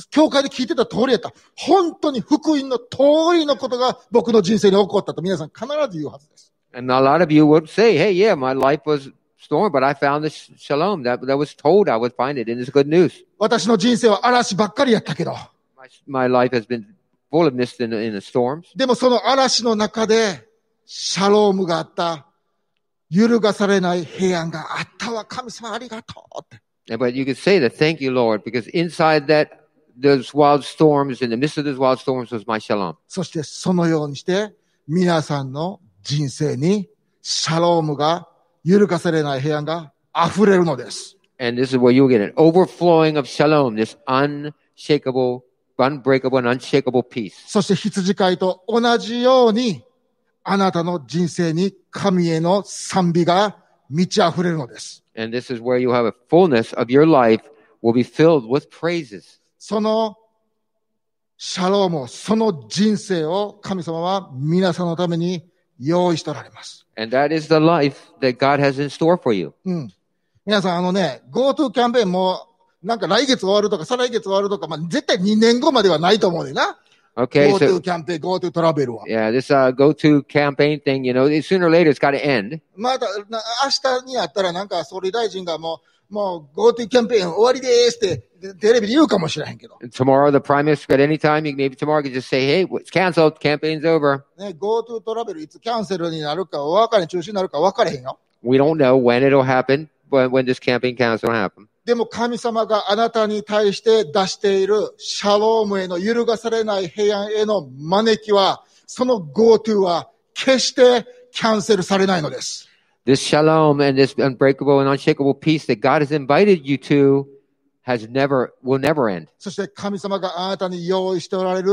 [SPEAKER 1] 教会で聞いてた通りやった。本当に福音の通りのことが僕の人生に起こったと皆さん必ず言うはずです。
[SPEAKER 2] And a lot of you would say, Hey, yeah, my life was storm, but I found this shalom that, that was told I would find it in this good news.
[SPEAKER 1] 私の人生は嵐ばっかりやったけど、
[SPEAKER 2] My, my life has been full of mist in, in the storms,
[SPEAKER 1] でもその嵐の中で、シャロームがあった。揺るがされない平安があったわ。神様ありがとうって。
[SPEAKER 2] And- but you could say that, thank you, Lord, because inside that, those wild storms, in the midst of those wild storms was my shalom.
[SPEAKER 1] そしてそのようにして、皆さんの人生にシャロームが揺るがされない平安が溢れるのです。
[SPEAKER 2] And this is where you'll get an overflowing of shalom, this unshakable, unbreakable, and unshakable peace.
[SPEAKER 1] そして羊飼いと同じように、あなたの人生に神への賛美が満ち溢れるのです。
[SPEAKER 2] And this is where you'll have a fullness of your life will be filled with praises.
[SPEAKER 1] そのシャロームを、その人生を神様は皆さんのために用意しておられます。
[SPEAKER 2] And that is the life that God has in store for you.
[SPEAKER 1] うん。皆さん、あのね、GoTo キャンペーンも、なんか来月終わるとか、再来月終わるとか、まあ、絶対2年後まではないと思うねんな。
[SPEAKER 2] Okay,
[SPEAKER 1] GoTo
[SPEAKER 2] so
[SPEAKER 1] キャンペーン、GoTo トラベルは。
[SPEAKER 2] yeah, this uh, go-to campaign thing, you know, it- sooner or later it's got to end.
[SPEAKER 1] また、な明日になったらなんか総理大臣がもう、もう GoTo キャンペーン終わりですってでテレビで言うかもしれへんけど、
[SPEAKER 2] And tomorrow, the prime minister at any time, he- maybe tomorrow, could just say, "Hey, it's canceled. Campaign's over."
[SPEAKER 1] ね、GoTo トラベルいつキャンセルになるか、分かれ中止になるか分かれへんよ。
[SPEAKER 2] We don't know when it'll happen, but when this campaign cancel will happen.
[SPEAKER 1] でも神様があなたに対して出しているシャロームへの揺るがされない平安への招きは、その GoTo は決してキャンセルされないのです。
[SPEAKER 2] This shalom and this unbreakable and unshakable peace that God has invited you to has never will never end.
[SPEAKER 1] そして神様があなたに用意しておられる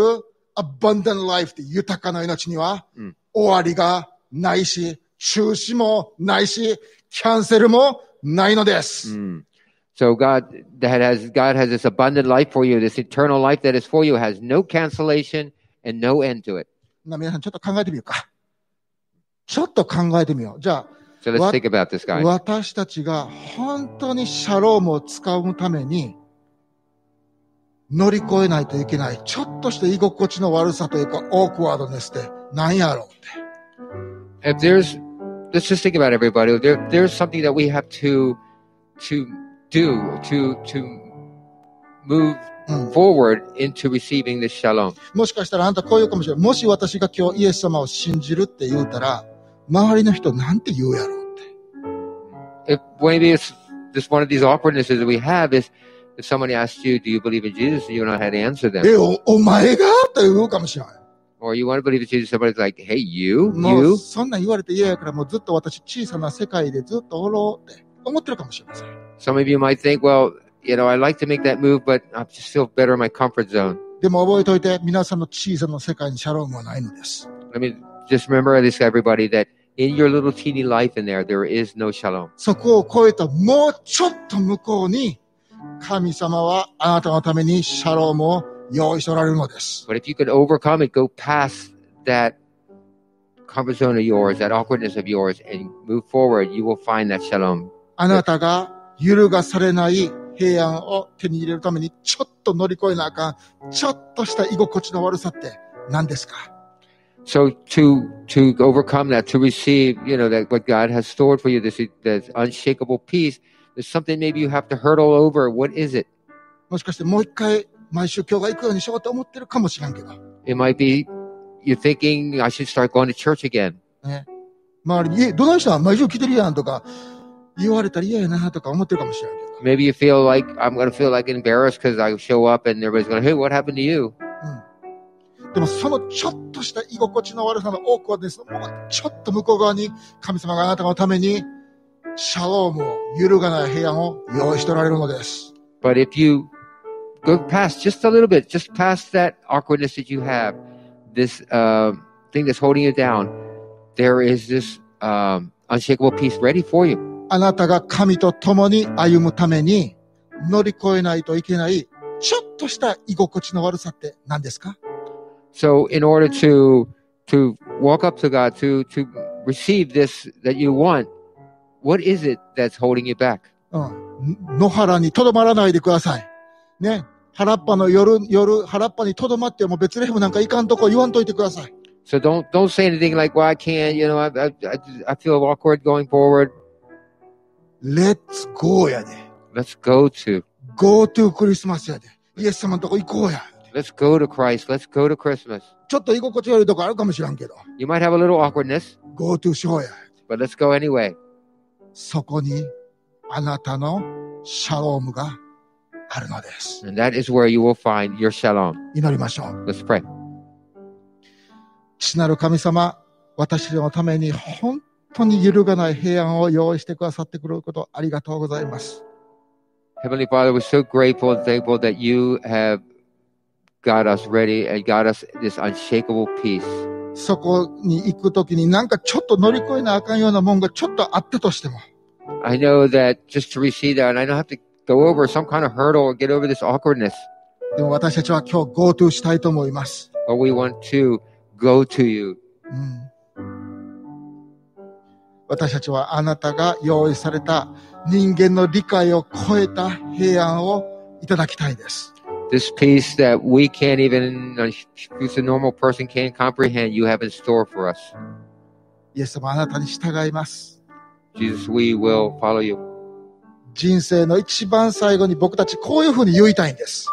[SPEAKER 1] Abundant Life って豊かな命には
[SPEAKER 2] うん
[SPEAKER 1] 終わりがないし、中止もないし、キャンセルもないのです。
[SPEAKER 2] Mm. So God that has God has this abundant life for you, this eternal life that is for you has no cancellation and no end to it.
[SPEAKER 1] な皆さんちょっと考えてみようか。ちょっと考えてみよう。じゃ
[SPEAKER 2] So let's
[SPEAKER 1] What-
[SPEAKER 2] think about this
[SPEAKER 1] あ、
[SPEAKER 2] guy.
[SPEAKER 1] 私たちが本当にシャロームを使うために乗り越えないといけない。ちょっとした居心地の悪さというか、オークワードネスって何やろうって。
[SPEAKER 2] If there's let's just think about everybody. There there's something that we have to to do to to move
[SPEAKER 1] うん、
[SPEAKER 2] forward into receiving this shalom.
[SPEAKER 1] もしかしたらあんたこう言うかもしれない。もし私が今日イエス様を信じるって言うたら、周りの人なんて言うやろうって。
[SPEAKER 2] If maybe it's just one of these awkwardnesses that we have is if somebody asks you, Do you believe in Jesus? you don't know how to answer them.
[SPEAKER 1] え、お、お前がって言うかもしれない。
[SPEAKER 2] Or you want to believe in Jesus, somebody's like, Hey you,
[SPEAKER 1] もう、
[SPEAKER 2] you
[SPEAKER 1] そんなん言われて嫌やから、もうずっと私小さな世界でずっとおろうって思ってるかもしれません。
[SPEAKER 2] Some of you might think, well, you know, I like to make that move, but I just feel better in my comfort zone.
[SPEAKER 1] でも覚えておいて、皆さんの小さな世界にシャロームはないのです。
[SPEAKER 2] Let me just remember this, everybody, that in your little teeny life in there, there is no shalom.
[SPEAKER 1] そこを超えたもうちょっと向こうに、神様はあなたのためにシャロームを用意しておられるのです。
[SPEAKER 2] But if you can overcome it, go past that comfort zone of yours, that awkwardness of yours, and move forward, you will find that shalom.
[SPEAKER 1] あなたが揺るがされない平安を手に入れるためにちょっと乗り越えなあかん、ちょっとした居心地の悪さって何ですか
[SPEAKER 2] So to to overcome that, to receive, you know, that what God has stored for you, this this unshakable peace, there's something maybe you have to hurdle over. What is it?
[SPEAKER 1] もしかしてもう一回毎週教会行くようにしようと思ってるかもしれんけど、
[SPEAKER 2] It might be you're thinking I should start going to church again.
[SPEAKER 1] 周りに、え、どないしたん毎週来てるやんとか言われたら嫌やなとか思ってるかもしれんけど。
[SPEAKER 2] Maybe you feel like I'm going to feel like embarrassed because I show up and everybody's going, "Hey, what happened to you?"
[SPEAKER 1] でもそのちょっとした居心地の悪さの多くはですね、もうちょっと向こう側に神様があなたのためにシャロームを揺るがない平安を用意しておられるのです。
[SPEAKER 2] But if you go past just a little bit, just past that awkwardness that you have, this um thing that's holding you down, there is this um, unshakable peace ready for you.
[SPEAKER 1] あなたが神と共に歩むために乗り越えないといけないちょっとした居心地の悪さって何ですか
[SPEAKER 2] So in order to to walk up to God, to to receive this that you want, what is it that's holding you back?
[SPEAKER 1] うん。野原にとどまらないでください。ね。原っぱの夜、夜、原っぱにとどまっても別レヘムなんかいかんとこ言わんといてください。
[SPEAKER 2] So don't don't say anything like, "Well, I can't," you know. I I, I, I feel awkward going forward.
[SPEAKER 1] レッツゴーやで。
[SPEAKER 2] Let's go to
[SPEAKER 1] GoTo クリスマスやで。イエス様のとこ行こうや。
[SPEAKER 2] let's go to Christ. Let's go to Christmas.
[SPEAKER 1] ちょっと居心地悪いとこあるかもしらんけど。
[SPEAKER 2] You might have a little awkwardness,
[SPEAKER 1] GoTo ショーや。
[SPEAKER 2] but let's go anyway.
[SPEAKER 1] そこにあなたのシャロームがあるのです。
[SPEAKER 2] And that is where you will find your shalom.
[SPEAKER 1] 祈りましょう。
[SPEAKER 2] Let's pray.
[SPEAKER 1] 父なる神様、私らのために本当に揺るがない平安を用意してくださってくれることありがとうございます。
[SPEAKER 2] Heavenly Father, we're so grateful and thankful that you have got us ready and got us this unshakable peace.
[SPEAKER 1] そこに行くときになんかちょっと乗り越えなあかんようなもんがちょっとあったとしても、
[SPEAKER 2] I know that just to receive that, and I don't have to go over some kind of hurdle or get over this awkwardness,
[SPEAKER 1] でも私たちは今日 GoTo したいと思います。
[SPEAKER 2] but we want to go to you.
[SPEAKER 1] うん私たちはあなたが用意された人間の理解を超えた平安をいただきたいです。
[SPEAKER 2] this peace that we can't even, just a normal person can't comprehend, you have in store for us.
[SPEAKER 1] イエス様あなたに従います。
[SPEAKER 2] Jesus, we will follow you.
[SPEAKER 1] 人生の一番最後に僕たちこういうふうに言いたいんです。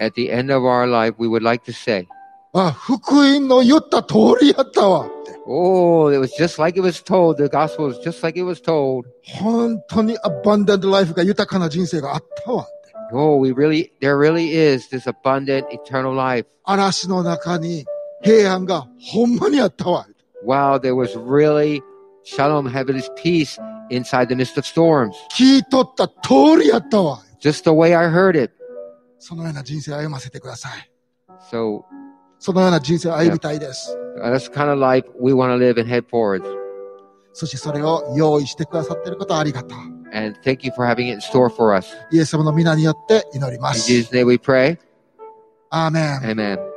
[SPEAKER 2] At the end of our life, we would like to say,
[SPEAKER 1] あ、福音の言った通りやったわって。
[SPEAKER 2] Oh, it was just like it was told. The gospel is just like it was told.
[SPEAKER 1] 本当にアバンダントライフが豊かな人生があったわ。
[SPEAKER 2] Oh, we really, there really is this abundant eternal life.
[SPEAKER 1] 嵐の中に平安がほんまにあったわ。
[SPEAKER 2] Wow, there was really shalom, heaven's peace inside the midst of storms.
[SPEAKER 1] 聞いとった通りやったわ。
[SPEAKER 2] Just the way I heard it.
[SPEAKER 1] そのような人生を歩ませてください。
[SPEAKER 2] So
[SPEAKER 1] そのような人生を歩みたいです。
[SPEAKER 2] uh, that's kind of like we want to live and head forward.
[SPEAKER 1] そしてそれを用意してくださっていることありがとう。
[SPEAKER 2] And thank you for having it in store for us.
[SPEAKER 1] イエス様の皆によって祈りま
[SPEAKER 2] In
[SPEAKER 1] す。
[SPEAKER 2] Jesus' name we pray.
[SPEAKER 1] アーメン。
[SPEAKER 2] Amen.